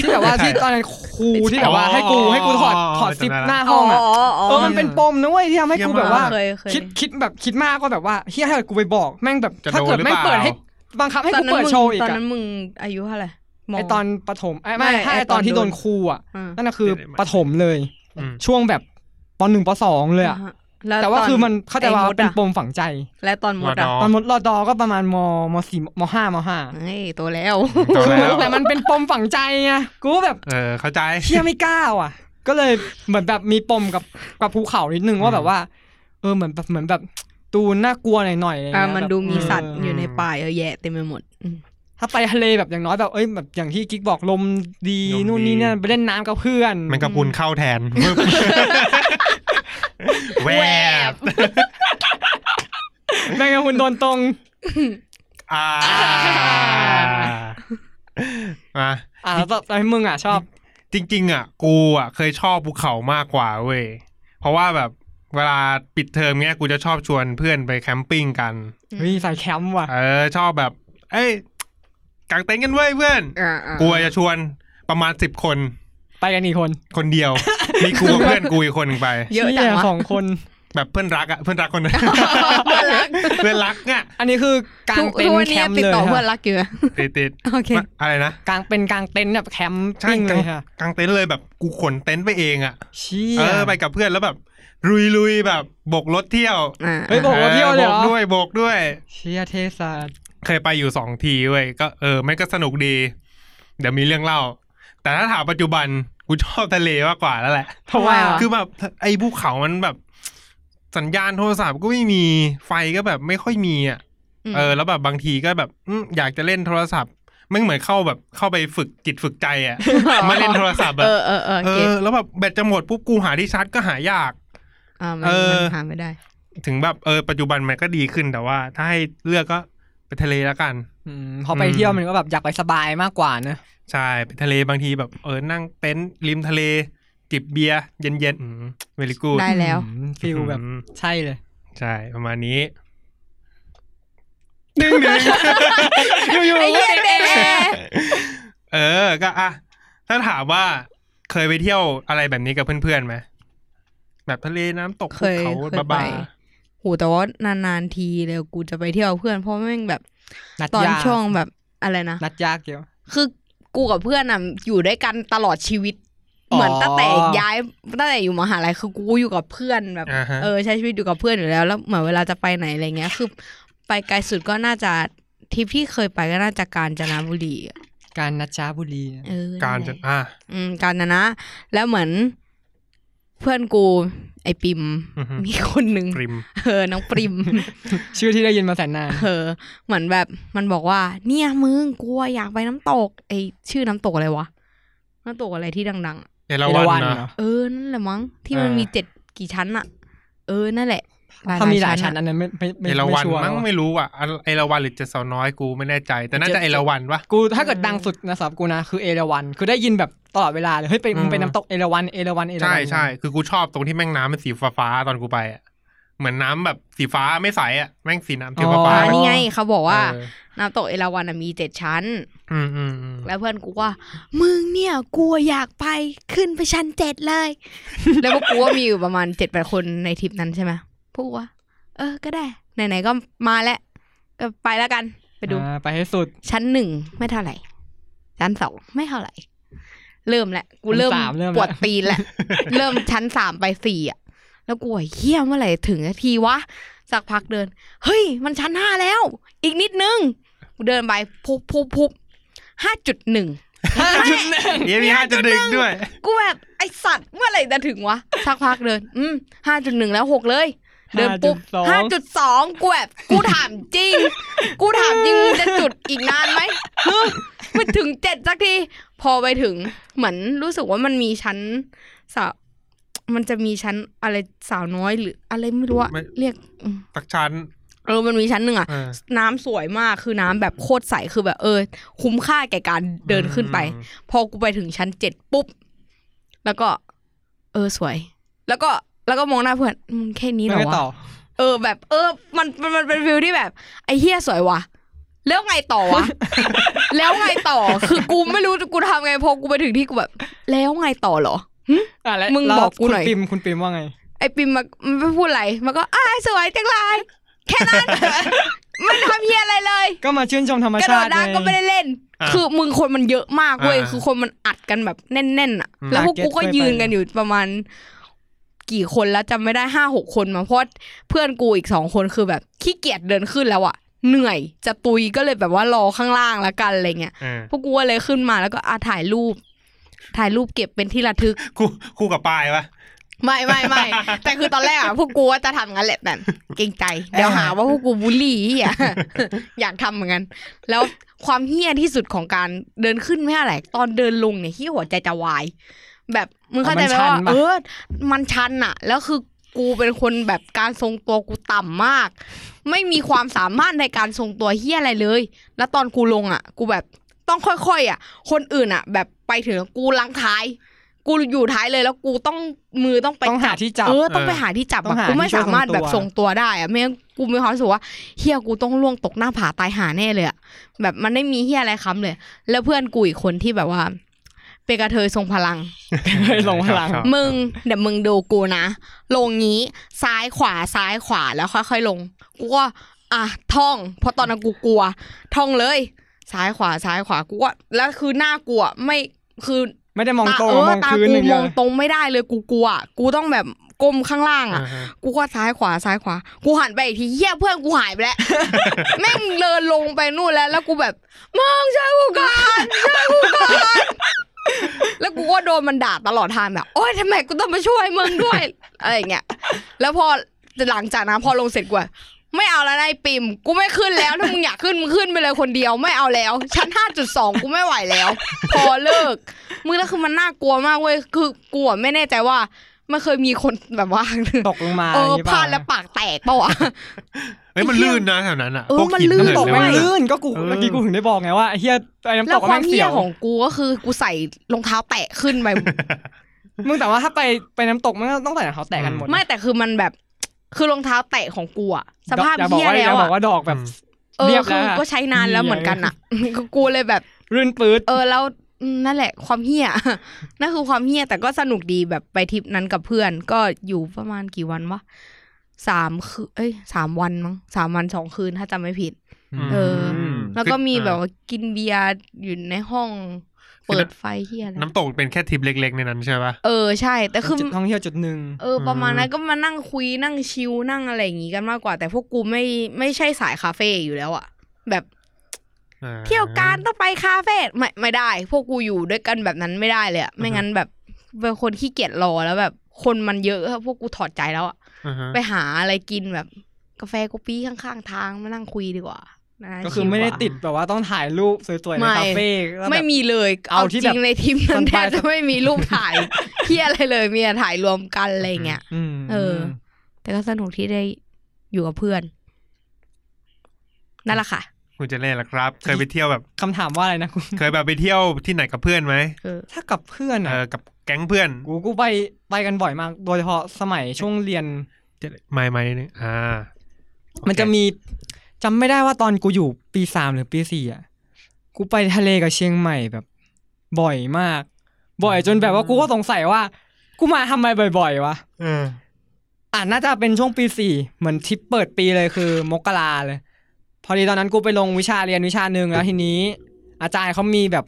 A: ที่แบบว่าที่ตอนนั้นครูที่แบบว่าให้กูให้กูถอดถอดซิปหน้าห้
C: อ๋
A: อ
C: อง
A: อะ
C: อ๋อ
A: เออ มันเป็นปมนะเว้ยที่ทำให้
B: เยี่ย
A: กู
B: ม
A: แบบว่า
B: มาก
C: เคยเคย
A: คิดคิดแบบคิดมากก็แบบว่าเฮียถ้าเกิดกูไปบอก แม่งแบบ
B: จะโดน
A: ถ้าเกิดแม่งเปิด
B: หรือเปล่า
A: ให้บังคับให้
C: ตอน
A: กูเปิด
C: นั้นมึง
A: โชว์อีก
C: ตอน
A: อะ
C: นั้นมึงอายุเท่าไหร่ม
A: ไอตอนปฐมไอไม่
C: ไม่
A: ถ้าไอ
C: ไอ้
A: ต
C: ต
A: อ
C: อน น
A: ที่โดน
C: โดน
A: ครูอ่ะ
C: อ่า
A: นั่นน่ะคือ
B: เดี๋ยวๆ
A: ปฐมเลย
B: อืม
A: ช่วงแบบปหนึ่งปสองเลยอะ
C: าฮะล้
A: แต่ว่า
C: ต
A: คือมันเข้าใจว่า
C: ไอ้ด
A: เป็น
C: อะ
A: ปมฝังใจ
C: และตอนมดอะ
B: อ๋อ
A: ตอนมดรอดอก็ประมาณมมสี่มห้ามห้า
C: เฮ้ยโตแล้ว
B: โตแล้ว
A: แต่มันเป็นปมฝังใจไงกูก็แบบ
B: เออเข้าใจ
A: เฮียไม่กล้าว่ะ ก็เลยเหมือนแบบมีปมกับกับภูเขานิดนึงว่าแบบว่า เออเหมือนแบบเหมือนแบบตูนน่ากลัวหน่อยๆอะไรอย่าง
C: อ่า
A: เงี้ย
C: มัน
A: แบบ
C: ดูมี
A: เออ
C: สัตว์อยู่ในป่าเยอะแยะเต็มไปหมดอืม
A: ถ้าไปทะเลแบบอย่างน้อยแบบเอ้ยแบบอย่างที่กิ๊กบอกลมดี
B: ลมดี
A: นู่นนี่นั่นไปเล่นน้ำกับเพื่อน
B: มันกระพุนเข้าแทนแวบ
A: แมงกะพรุนโดนตรง
B: อ่ามา
A: อ่ะแล้วตอนให้มึงอ่ะชอบ
B: จริง ๆ อ่ะ กูอ่ะเคยชอบภูเขามากกว่าเว้ยเพราะว่าแบบเวลาปิดเทอมเนี้ยกูจะชอบชวนเพื่อนไปแคมปิ้งกัน
A: เฮ้ยใส่แคมป์ว่ะ
B: เออชอบแบบ เอ้ยกางเต็นท์กันเว้ยเพื่อน
C: อ่าอ่า
B: กูจะชวนประมาณสิบคน
A: ไปกันอีกคน
B: คนเดียว มีกูกับเพื่อนกูอีกคนหนึ่งไป
C: เยอะจัง
A: ชี่
C: วะ
A: สองคน
B: แบบเพื่อนรักอ่ะเพื่อนรักคนนึ ง
C: เพื่อนรัก
B: เพื่อนรักอ่ะ
A: อันนี้คือกลา
C: ทุ
A: ง
C: ก
A: เต็น
C: ทุกวัน
A: ท์แค
C: เนี้ย
A: มป์
C: ติด
A: เลย
C: ต่อเพื่อน
A: ค่ะ
C: รักอยู่อะ
B: ติดติด
C: โอเค
B: มาอะไรนะ
A: กลางเป็นกลางเต็นท์แบบแคม
B: ใช่
A: ปิ้งเล
B: กลาง
A: ยค่ะ
B: กลางเต็นท์เลยแบบกูขนเต็นท์ไปเองอ่ะ
A: เชี่ย
B: เออไปกับเพื่อนแล้วแบบลุยลุยๆแบบโบกรถเที่ยว
C: อ่า
A: เฮ้ยบอกว่าเที่ยวเลยเหร
B: โบ
A: อก
B: ด้วยโบกด้วย
A: เชี่ยเทศาสตร์
B: เคยไปอยู่สองทีเว้ยก็เออไม่ก็สนุกดี เดี๋ยวมีเรื่องเล่า แต่ถ้าถามปัจจุบันกูชอบทะเลมากกว่าแล้วแหละ
A: ทำไมอ่ะ
B: คือแบบไอ้ภูเขามันแบบ สัญญาณโทรศัพท์ก็ไม่มีไฟก็แบบไม่ค่อยมีอ่ะ
C: ม
B: เออแล้วแบบบางทีก็แบบอืมอยากจะเล่นโทรศัพท์ไม่เหมือนเข้าแบบเข้าไปฝึกจิตฝึกใจ อ่ะ มาเล่นโทรศัพท์
C: เอ
B: อ่ะ
C: อเออเออ
B: เอ
C: เก็ต
B: อแล้วแบบแบตจะหมดปุ๊บกูหาที่ชาร์จก็หายาก
C: อ่ามัน
B: เออ
C: มันหาไม่ได้
B: ถึงแบบเออปัจจุบันมันก็ดีขึ้นแต่ว่า ถ้าให้เลือกก็ไปทะเลแล้วกัน
A: มพอไปเที่ยวมันก็แบบอยากไปสบายมากกว่านะ
B: ใช่ไปทะเลบางทีแบบเออนั่งเต็นท์ริมทะเลจิบเบียร์เย็นๆเวลิกู
C: ได้แล้ว
A: ฟิลแบบใช่เลย
B: ใช่ประมาณนี้ดึงดึงอยู่ๆ
C: ไอ้เหี้ยเด้
B: เออ ก็อ่ะ ถ้าถามว่าเคยไปเที่ยวอะไรแบบนี้กับเพื่อนๆไหม แบบทะเลน้ำตก
C: เค
B: ภู
C: ย
B: เขา
C: เคยไป
B: บ้า
C: โหแต่ว่านานๆทีเลยกูจะไปเที่ยวกับเพื่อนเพราะแม่งแบบ
A: นัด
C: ตอน
A: ยาก
C: ช่วงแบบอะไรนะ
A: นัดยากเกี่ยว
C: คือกูกับเพื่อนอ่ะอยู่ด้วยกันตลอดชีวิต
A: อ๋อ
C: เหมือนตั้งแต่ย้ายตั้งแต่อยู่มหาลัยคือกูอยู่กับเพื่อนแบบ
B: ๆอ่าฮะ
C: เออใช้ชีวิตอยู่กับเพื่อนอยู่แล้วแล้วเหมือนเวลาจะไปไหนอะไรเงี้ย คือ ไปไกลสุดก็น่าจะทริปที่เคยไปก็น่าจะกาญจนบุรีอะ
A: การนัดจ้าบุรีเนี่ย
C: เออ
B: การจะ
C: นั่นแหละ
B: อ่ะ
C: อืมกาญจนะ แล้วเหมือนเพื่อนกู ไอปิม
B: อือฮึ
C: มีคนหนึ่ง
B: ริม
C: เออน้องปริ ม
A: ชื่อที่ได้ยินมาแสนนาน
C: เออเหมือนแบบมันบอกว่า เนี่ยมึงกลัวอยากไปน้ำตก ไอชื่อน้ำตกอะไรวะน้ำตกอะไรที่ดัง ๆอะ
B: เอราวัณ
A: เอราวัณ
B: นะ
A: เหรอ
C: เออนั่นแหละมั้งที่มัน
B: เออ
C: มีเจ็ดกี่ชั้นอะเออนั่นแหละ
A: ถ้ามีหลายชั้น
C: อะ
A: อันนั้นไม่ไม่ไม่
B: เอรา
A: ไม่
B: วัณ
A: ชัวร์
B: มั้ง
A: แล้วอะ
B: ไม่รู้อ่ะอันเอราวัณหรือเจะสาวน้อยกูไม่แน่ใจ แต่น่าจะเอราวัณปะ
A: กูถ้าเกิดดังสุดนะสำหรับกูนะคือเอราวันคือได้ยินแบบตลอดเวลาเลยเฮ้ยไป
B: อืม
A: มึงไปน้ำตกเอราวันเอราวันเอราวั
B: ใช่
A: ณ
B: ใช่คือกูชอบตรงที่แม่งน้ำเป็นสีฟ้าๆตอนกูไปอ่ะ เหมือนน้ำแบบสีฟ้าไม่ใสอ่ะ แม่งสีน้ำเทียมฟ้า
C: อ่า
B: ๆ
C: นี่ไงเขาบอกว่า
B: เออ
C: น้ำตกเอราวัณน่ะมีเจ็ดชั้น
B: อืมอืมอืม
C: แล้วเพื่อนกูว่า มึงเนี่ยกลัวอยากไปขึ้นไปชั้นเจ็ด เลย แล้วพวกกูว่ามีอยู่ประมาณเจ็ดแปดคนในทริปนั้นใช่ไหมพวกกูว่า เออก็ได้ ไหนๆก็มาแล้วก็ไปแล้วกันไปดู
A: อ่าไปให้สุด
C: ชั้นหนึ่งไม่เท่าไหร่ ชั้นสองไม่เท่าไหร่ เริ่มแหละกูเริ่ม
A: ชั้นสามเริ่มแล้ว
C: ปวดตี นแหละ เริ่มชั้นสามไปสี่อ่ะ แล้วกูไอ้เฮี้ยเมื่อไหร่ถึงสักทีวะ สักพักเดิน เฮ้ย มันชั้นห้าแล้ว อีกนิดนึงกูเดินไปพุบพุบพุบห้าจุดหนึ่ง
B: เอ๊ะมีห้าจะดึงด้วย
C: กูแบบไอสัตว์เมื่อไหร่จะถึงวะสักพักเดิน อืมห้าจุดหนึ่งแล้วหกเลย เดินปุ๊บ
A: 5.2
C: ห้าจุดสองกูแบบกูถามจ ริง กูถามจริงมึงจะจุดอีกนานไหมฮึไม่ถึงเจ็ดสักที พอไปถึงเหมือนรู้สึกว่ามันมีชั้น สาว มันจะมีชั้นอะไรสาวน้อยหรืออะไรไม่รู้อะ
B: ไม่
C: เรียกอืม
B: ตักชั้น
C: เออมันมีชั้นหนึ่งอะ
B: เออ
C: น้ำสวยมากคือน้ำแบบโคตรใสคือแบบเออ คุ้มค่าแก่การเดินขึ้นไป พอกูไปถึงชั้นเจ็ดปุ๊บ แล้วก็ เออสวย แล้วก็แล้วก็มองหน้าเพื่อนมึงแค่นี้เหร
A: แล้ว
C: อ
A: ไงต่อ
C: วะเออแบบ เออ มันมันมันเป็นวิวที่แบบ ไอ้เฮียสวยวะแล้วไงต่อ วะ แล้วไงต่อ คือกูไม่รู้กูทำไงพอกูไปถึงที่กูแบบ แล้วไงต่อเหรอ
A: อ่ะแล้ว
C: มึง
A: แล้ว
C: บอกกูหน่อย
A: คุณปิมคุณปิมว่าไง
C: ไอปิมมันมันไม่พูดอะไรมันก็อ้ายสวยจังเลยแค่นั้น มันทำเฮียอะไรเลย
A: ก็มาชื่นชมธรรม
C: กระโด
A: ชา
C: ด
A: ติ
C: น้ำก็ไม่
A: ไง
C: ได้เล่น
B: อ่ะ
C: คือมึงคนมันเยอะมากเว้ย
B: อ่า
C: คือคนมันอัดกันแบบแน่นๆอ่ะ
B: อืม
C: แล้วพวกกูก็
A: อ่าเก็ต
C: ยืนกันอยู่ประมาณ กี่คนแล้วจำไม่ได้ห้าหกคนมาเพราะเพื่อนกูอีกสองคนคือแบบขี้เกียจเดินขึ้นแล้วอ่ะ เหนื่อยจะตุยก็เลยแบบว่ารอข้างล่างละกันอะไรเงี้ย
B: เออ
C: พวกกูก็เลยขึ้นมาแล้วก็อาถ่ายรูป ถ่ายรูปเก็บเป็นที่ระทึก
B: คู่คู่กับปลายปะ
C: ไม่ไม่ไม่ แต่คือตอนแรกอ่ะพวกกูว่าจะทำงั้นแหละแบบเกรงใจ เดี๋ยวหาว่าพวกกูบูลลี่อ่ะ อย ากทำเหมือนกัน แล้วความเฮี้ยที่สุดของการเดินขึ้นไม่อะไรตอนเดินลงเนี่ยที่หัวใจจะวาย แบบมึงเข้าใจไหม
A: มันชั
C: ว่าน
A: ปะ
C: เออ มันชันอ่ะ แล้วคือกูเป็นคนแบบการทรงตัวกูต่ำมาก ไม่มีความสามารถในการทรงตัวเฮี้ยอะไรเลย แล้วตอนกูลงอ่ะ กูแบบต้องค่อยๆอ่ะ คนอื่นอ่ะ แบบไปถึงกูลังท้าย กูอยู่ท้ายเลยแล้วกูต้องมือต้องไป
A: ต้องหา
C: จับ
A: ที่จับ
C: เออต้อง
B: เออ
C: ไปหาที่จับ
A: ต้อ
C: อะ
A: งหา
C: กูไม่
A: ที่ช่วย
C: สามารถแบบ
A: ท
C: ท
A: ร
C: รง ง
A: ตัว
C: ตัวได้อะไม่งั้นกูมีความรู้สึกว่าเฮียกูต้องล่วงตกหน้าผาตายหาแน่เลยอะแบบมันไม่มีเฮียอะไรค้ำเลย แล้วเพื่อนกูอีกคนที่แบบว่า เป็นกระเทยทรงพลัง
A: เคยหลงพลัง
B: ครับ
C: มึงเดี๋ยวมึงดูกูนะ ลงงี้ซ้ายขวาซ้ายขวาแล้วค่อยๆลง กูก็อ่ะท่อง เพราะตอนนั้นกูกลัว ท่องเลย ซ้ายขวาซ้ายขวากูก็แล้วคือหน้ากลัวไม่คือ
A: ไม่ได้มองตรง
C: เอ
A: ม
C: อ
A: อง
C: ตา
A: พื้นอ
C: กู
A: ย่างเดีย
C: ม
A: ว
C: องตรงไม่ได้เลยกูกลัว กูต้องแบบก้มข้างล่างอ่ะ
B: อ่าฮะ
C: กูก็ซ้ายขวาซ้ายขวา กูหันไปอีกทีเหี้ยเพื่อนกูหายไปแล้ว แม่งเดินลงไปนู่นแล้ว แล้วกูแบบมองช่วยกูก่อนช่วยกูก่อนแล้วกูก็โดนมันด่าตลอดทางแบบโอ๊ยทำไมกูต้องมาช่วยมึงด้วยอะไรอย่างเงี้ยแล้วพอหลังจากนั้นพอลงเสร็จกูแบบไม่เอาแล้วนายปิ่มกูไม่ขึ้นแล้วถ้ามึงอยากขึ้นมึงขึ้นไปเลยคนเดียวไม่เอาแล้วชั้น5.2กูไม่ไหวแล้ว พอเลิก มึงแล้วคือมันน่ากลัวมากเว้ยคือกลัวไม่แน่ใจว่ามันเคยมีคนแบบว่า
A: ตกลงมา
C: เออ
A: ใช่
C: พ
A: ปะ
C: ลาดแล้วปากแตกเปล่าวะ
B: เฮ้ยมันลื่นนะแถวนั้นอ่ะ
C: เออ
B: พวกหิ
C: มันลื่น
B: อะไร
A: ตก
B: เย
A: แม่ง
C: ไม่
A: ลื่นก็กู
B: เออ
A: เมื่อกี้กูถึงได้บอกไงว่าไอ้เฮียไอ้น้ำ
C: แล้
A: ต
C: ว
A: กอะ
C: ควา
A: แม่
C: ม
A: ง
C: เฮี้
A: เสี
C: ย
A: ยว
C: ของกูก็คือกูใส่รองเท้าแตะขึ้นไป
A: มึงแต่ว่าถ้าไปไปน้ำตกมันก็ต้องใส่รองเท้าแตะกันหมด
C: ไม่แต่คือมันแบบ คือรองเท้าแตะของกูอะสภาพ
A: อย่าบอก
C: เฮี้ย
A: ว่าอย่าว บ
C: แล้อะ
A: อกว่าดอกแบบ
C: เอ
A: เรี
C: อย
A: บ
C: คื
A: แล้
C: อ
A: วอะ
C: ก็ใช้นานแล้วเหมือนกันอะ กูเลยแบบ
A: รื่นปื๊ด
C: เออแล้วอืมนั่นแหละความเฮี้ย นั่นคือความเฮี้ยแต่ก็สนุกดีแบบไปทริปนั้นกับเพื่อน ก็อยู่ประมาณกี่วันวะสามคืนเอ้ยสามวันมั้งสามวันสองคืนถ้าจำไม่ผิด เออ
B: ม
C: แล้วก็มี
B: คือ
C: แบบ
B: เออ
C: ว่ากินเบียร์อยู่ในห้อง
B: คือ
C: เปิดไฟเฮี้ยอะไร
B: น้ำตกเป็นแค่ทริปเล็กๆในนั้นใช่ปะ
C: เออใช่ แต่คือ
A: จุดท่องเที่ยวจุดหนึ่ง
C: เออประมาณ
B: อืม
C: นั้นก็มานั่งคุยนั่งชิลนั่งอะไรอย่างงี้กันมากกว่า แต่พวกกูไม่ไม่ใช่สายคาเฟ่อยู่แล้วอะแบบ
B: อ่า
C: เที่ยวการต้องไปคาเฟ่ไม่ไม่ได้ พวกกูอยู่ด้วยกันแบบนั้นไม่ได้เลยอะไม่งั้นแบบเป็นคนขี้เกียจรอแล้วแบบ คนมันเยอะอะพวกกูถอดใจแล้วอะ
B: อ่าฮะ
C: ไปหาอะไรกินแบบกาแฟกูปี้ข้างๆทางมานั่งคุยดีกว่านะ
A: ก็คือ
C: ชิลว่า
A: ไม่ได้ติดแบบว่าต้องถ่ายรูปสวยๆใน
C: ไม่
A: คาเฟ่แล้วแบบ
C: ไม่มีเลย
A: เอาที่
C: จริง
A: แบบ
C: ในทีมนั้นแทบ
A: ส
C: จะ
A: บายๆ
C: ไม่มีรูปถ่ายเที่ยอะไรเลยมีแต่ถ่ายรวมกันอะไรอย่างเงี้ย
A: อืม
C: เออ แต่ก็สนุกที่ได้อยู่กับเพื่อน นั่นแหละค่ะ
B: คุณเจะเล่นละครับ เคยไปเที่ยวแบบ
A: คำถามว่าอะไรนะคุณ
B: เคยแบบไปเที่ยวที่ไหนกับเพื่อนไหม
C: เออ
A: ถ้ากับเพื่อน
B: เอ
A: อ่ะ
B: อกับแก๊งเพื่อน
A: กูกูไปไปกันบ่อยมาก โดยเฉพาะสมัยช่วงเรียน
B: ไม่ไม่นี่อ่า
A: มันจะมีจำไม่ได้ว่าตอนกูอยู่ปีสามหรือปีสี่อ่ะกูไปทะเลกับเชียงใหม่แบบ บ่อยมาก บ่อยจนแบบว่ากูก็สงสัยว่า กูมาทำไมบ่อยๆวะ
B: เออ
A: อ่ะน่าจะเป็นช่วงปีสี่เหมือนทริปเปิดปีเลยคือ มกราเลย พอดีตอนนั้นกูไปลงวิชาเรียนวิชาหนึ่งแล้วทีนี้ อาจารย์เขามีแบบ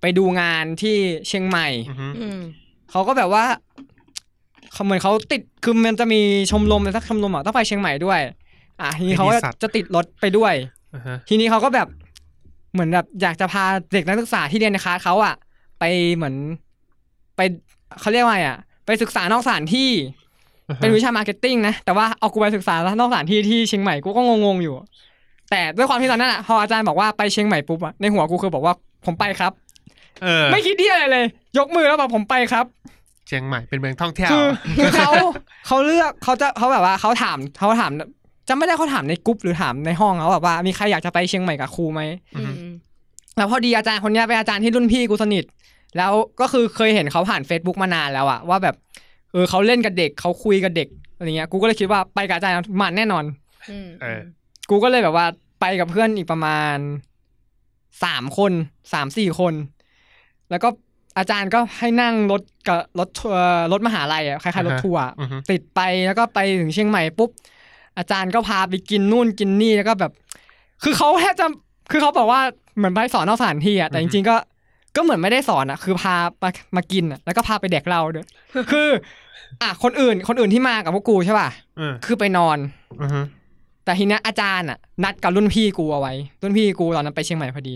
A: ไปดูงานที่เชียงใหม่
B: อือฮึ
C: อืม
A: เขาก็แบบว่าเขาเหมือนเขาติดคือมันจะมีชมรมอะไรสักชมรมอ่ะต้องไปเชียงใหม่ด้วย อ่ะทีนี้เขาก็จะติดรถไปด้วย
B: อ่าฮะ
A: ทีนี้เขาก็แบบเหมือนแบบอยากจะพาเด็กนักศึกษาที่เรียนในคลาสเขาอะไปเหมือนไปเขาเรียกว่าไงอะไปศึกษานอกสถานที่
B: อ่าฮะ
A: เป็นวิชามาร์เก็ตติ้งนะแต่ว่าเอากูไปศึกษานอกสถานที่ที่เชียงใหม่กูก็งงๆอยู่ แต่ด้วยความที่ตอนนั้นอะพออาจารย์บอกว่าไปเชียงใหม่ปุ๊บอะในหัวกูคือบอกว่าผมไปครับ
B: เออ
A: ไม่คิดที่อะไรเลย ยกมือแล้วบอกผมไปครับ
B: เชียงใหม่เป็นเมืองท่องเที่ยว
A: คือคือเขา เขาเลือกเขาจะเขาแบบว่าเขาถามเขาถามจำไม่ได้เขาถามในกรุ๊ปหรือถามในห้องเขาแบบว่ามีใครอยากจะไปเชียงใหม่กับครูไหม
B: อืม
A: แล้วพอดีอาจารย์คนเนี้ยเป็นอาจารย์ที่รุ่นพี่กูสนิท แล้วก็คือเคยเห็นเขาผ่าน Facebook มานานแล้วอะว่าแบบเออเขาเล่นกับเด็กเขาคุยกับเด็กอะไรเงี้ยกูก็เลยคิดว่าไปกับอาจารย์มันแน่นอน
C: อืม
B: เออ
A: กูก็เลยแบบว่าไปกับเพื่อนอีกประมาณสามคนสามสี่คน แล้วก็อาจารย์ก็ให้นั่งรถกับรถทัวร์รถมหาลัยอะคล้ายๆรถทัวร์อะ
B: อือฮึ
A: ติดไปแล้วก็ไปถึงเชียงใหม่ปุ๊บอาจารย์ก็พาไปกินนู่นกินนี่แล้วก็แบบ คือเขาแทบจะคือเขาบอกว่าเหมือนไปสอนนอกสถานที่อะแต่จริงๆก็ก็เหมือนไม่ได้สอนอะคือพามามากินอะแล้วก็พาไปแดกเหล้าด้วย คือ อ่ะคนอื่น คนอื่นที่มากับพวกกูใช่ป่ะ
B: เออ
A: คือไปนอน
B: อือฮึ
A: แต่ทีเนี้ยอาจารย์อ่ะนัดกับรุ่นพี่กูเอาไว้ รุ่นพี่กูตอนนั้นไปเชียงใหม่พอดี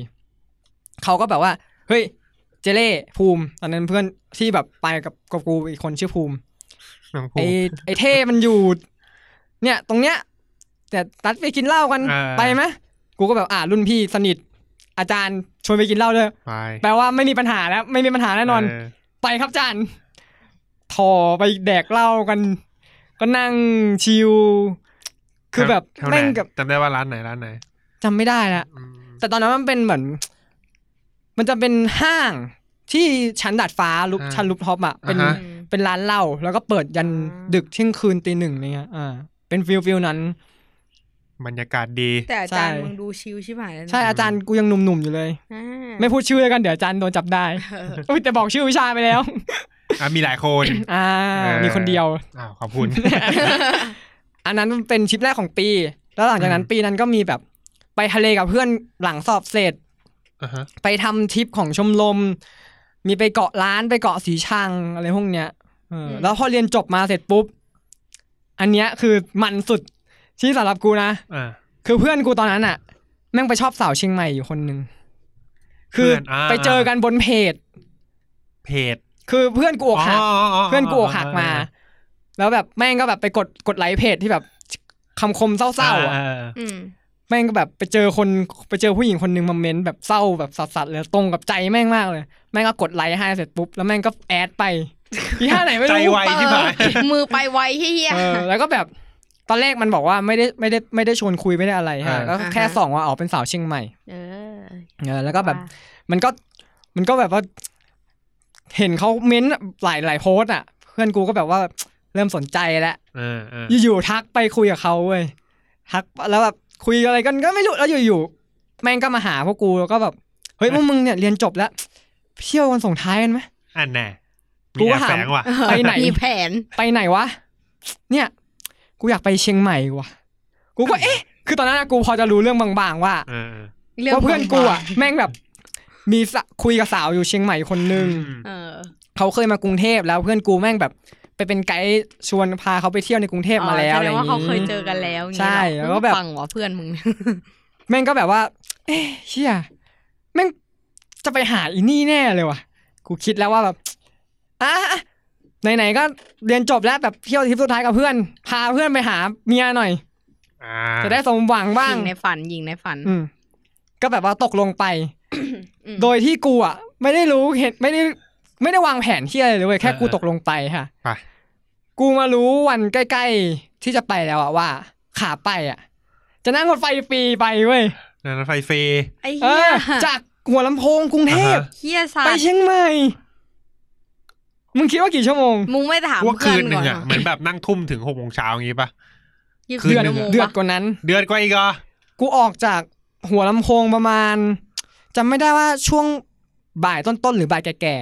A: เขาก็แบบว่า เฮ้ย เจเล่ภูมิ ตอนนั้นเพื่อนที่แบบไปกับกับกูอีกคนชื่อภูมิ
B: น้องภู
A: ไอ้
B: มิ
A: ไอ้เท่มันอยู่ เนี่ย ตรงเนี้ยแต่ตัดไปกินเหล้ากัน
B: เออ
A: ไปไหมกูก็แบบอ่ารุ่นพี่สนิท อาจารย์ชวนไปกินเหล้าเลย
B: ไป
A: แปลว่าไม่มีปัญหาแล้ว ไม่มีปัญหาแน่นอน
B: เ
A: ไปครับอาจารย์ถอไปแดกเหล้ากัน ก็นั่งชิลคือแบบ
B: เท่าไหร่
A: แม่งกับ
B: จำได้ว่าร้านไหนร้านไหน
A: จำไม่ได้ละ
B: อืม
A: แต่ตอนนั้นมันเป็นเหมือน มันจะเป็นห้างที่ชั้นดาดฟ้าลุกชั้นลุกท็อปอ่ะเป็น
C: อืม
A: เป็นร้านเหล้าแล้วก็เปิดยัน
C: อ่า
A: ดึกเที่ยงคืนตีหนึ่งอะไรเงี้ยอ่า เป็นฟิลฟิลนั้น
B: บรรยากาศดี
C: แต่อาจารย์
A: ใช่
C: มึงดูชิลใช่ไหมแล้วนะ
A: ใช่อาจารย์กูยังหนุ่มๆอยู่เลย
C: อ่า
A: ไม่พูดชื่อแล้วกันเดี๋ยวอาจารย์โดนจับได้
C: เออ
A: เอ้ยแต่บอกชื่อวิชาไป แล้ว
B: อ่ะมีหลายคน
A: อ่า
B: เออ
A: มีคนเดียว
B: อ้าวขอบคุณ
A: อันนั้นเป็นชิปแรกของปี แล้วหลังจากนั้น
B: อืม
A: ปีนั้นก็มีแบบไปทะเลกับเพื่อนหลังสอบเสร็จ
B: อ่าฮะ
A: ไปทำทริปของชมรม มีไปเกาะล้านไปเกาะสีชังอะไรพวกเนี้ยเออแล้วพอเรียนจบมาเสร็จปุ๊บ อันเนี้ยคือมันสุดที่สำหรับกูนะ
B: อ่า
A: คือเพื่อนกูตอนนั้นอะแม่งไปชอบสาวเชียงใหม่อยู่คนหนึ่งคือ
B: เพื่อนอ่า
A: ไปเจอกันบนเพจ
B: เพจ
A: คือเพื่อนกูอกหัก เพื่อนกูอกหักมา
B: อ่
A: แล้วแบบแม่งก็แบบไปกดกดไลค์เพจที่แบบคำคมเศร้าๆอะ
B: อ่อ่า
C: อืม
A: แม่งก็แบบไปเจอคนไปเจอผู้หญิงคนหนึ่งมาเม้นแบบเศร้าแบบสัสๆเลยตรงกับใจแม่งมากเลย แม่งก็กดไลค์ให้เสร็จปุ๊บแล้วแม่งก็แอดไป ที่ท่าไหนไม่
B: ใจ
A: รู้
B: ไว ปที่ไหน
C: มือไปไวเฮี้ย
A: เออแล้วก็แบบตอนแรกมันบอกว่าไม่ได้ไม่ได้ไม่ได้ชวนคุยไม่ได้อะไรฮะ
B: อ่า
A: ก็แค่
C: อ่าฮะ
A: ส่องว่าออกเป็นสาวเชียงใหม่
C: เออ
A: เออแล้วก็แบบ มันก็มันก็แบบว่า เห็นเขาเม้นหลายหลายโพสต์อ่ะ เพื่อนกูก็แบบว่าเริ่มสนใจแล้ว
B: เออเออ
A: อยู่ๆทักไปคุยกับเขาเว้ยทักแล้วแบบคุยอะไรกันก็ไม่รู้แล้วอยู่ๆแม่งก็มาหาพวกกูแล้วก็แบบเฮ้ยพวกมึงเนี่ยเรียนจบแล้วเที่ยววันส่งท้ายกันไหม
B: อันแน่มี
A: กูก็
B: แอบ
A: ถาม
B: แฝงว่ะ
A: ไปไหน
C: มีแผน
A: ไปไหนวะเนี่ย กูอยากไปเชียงใหม่ว่ะ กูก็เอ๊ะ คือตอนนั้นอะกูพอจะรู้เรื่องบางๆว่า
B: เออเออ
C: เรื่อง
A: ว่าเพื่อนกูอ่ะแม่งแบบ มีสะคุยกับสาวอยู่เชียงใหม่คนนึง
C: เออ
A: เขาเคยมากรุงเทพแล้วเพื่อนกูแม่งแบบ ไปเป็นไกด์ชวนพาเขาไปเที่ยวในกรุงเทพมาแล้ว
C: อ๋อ
A: อะไรอ
C: แสด
A: ย่าง
C: ว่าเขาเคย
A: งี้
C: เจอกันแล้วอย่างงี้
A: ใช่
C: เหรอ
A: แล้วก็แบบ
C: ฟังว่ะเพื่อนมึง
A: แม่งก็แบบว่า เอ๊ะเชี่ยแม่งจะไปหาอีนี่แน่เลยว่ะ กูคิดแล้วว่าแบบอ่ะอ่ะไหนๆก็เรียนจบแล้วแบบเที่ยวทริปสุดท้ายกับเพื่อน พาเพื่อนไปหาเมียหน่อย
B: อ่า
A: จะได้สมหวังบ้าง
C: ยิงในฝันยิงในฝัน
A: อืม ก็แบบว่าตกลงไป
C: อืม
A: โดยที่กูอ่ะไม่ได้รู้เห็นไม่ได้ ไม่ได้วางแผนที่อะไรเลยเว้ยแค่กูตกลงไปค่ะ
B: ไป
A: กูมารู้วันใกล้ๆที่จะไปแล้วอะว่า ขาไปอะจะนั่งรถไฟฟรีไปเว้ย
B: นั่นรถไฟฟรี
C: ไอ้
A: เอ
C: เหี้ย
A: อ จากหัวลำโพงกรุงเทพ
B: อ่าฮะ
C: เหี้ยสัต
A: ไป
C: ว์
A: เชียงใหม่ มึงคิดว่ากี่ชั่วโมง
C: มึงไม่ถาม
B: พวกคื
C: เพื่อน
B: นห
C: ก่
B: นึ่
C: องน
B: อ่ะเหมือนแบบนั่งทุ่มถึงหกโมงเช้าอย่างงี้ปะ
C: ยี่
B: คื
C: สิบ
B: น
A: เดือดเดื
B: หนึ่งอะ
C: ชั่วโมง
A: อด
C: ปะ
A: กว่านั้น
B: เดือนกว่าอีกเหรอ
A: กูออกจากหัวลำโพงประมาณจำไม่ได้ว่าช่วงบ่ายต้นๆหรือบ่ายแก่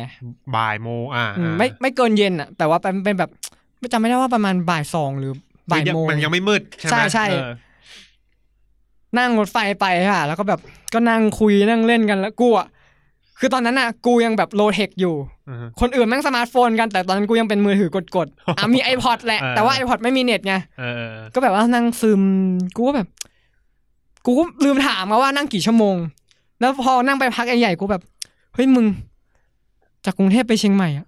B: บ่ายโมงอ่า
A: ๆอืมไม่ไม่เกินเย็นอ่ะ แต่ว่าเป็นเป็นแบบไม่จำไม่ได้ว่าประมาณบ่ายสองหรือบ่ายโมง
B: มันยังไม่มืดใช่ไหม
A: ใช่ใช่
B: เออ
A: นั่งรถไฟไปค่ะ แล้วก็แบบก็นั่งคุยนั่งเล่นกันแล้วกูอ่ะคือตอนนั้นอ่ะ กูยังแบบโลเทคอยู่
B: อือฮึ
A: คนอื่นแม่งสมาร์ทโฟนกันแต่ตอนนั้นกูยังเป็นมือถือกดๆอ่ะมี iPod แหละ
B: เออ
A: แต่ว่า iPod ไม่มีเน็ตไง
B: เออเออ
A: ก็แบบว่านั่งซึม กูก็แบบ กูก็ลืมถามมาว่านั่งกี่ชั่วโมง แล้วพอนั่งไปพักใหญ่ๆกูแบบ เฮ้ยมึง จากกรุงเทพไปเชียงใหม่อะ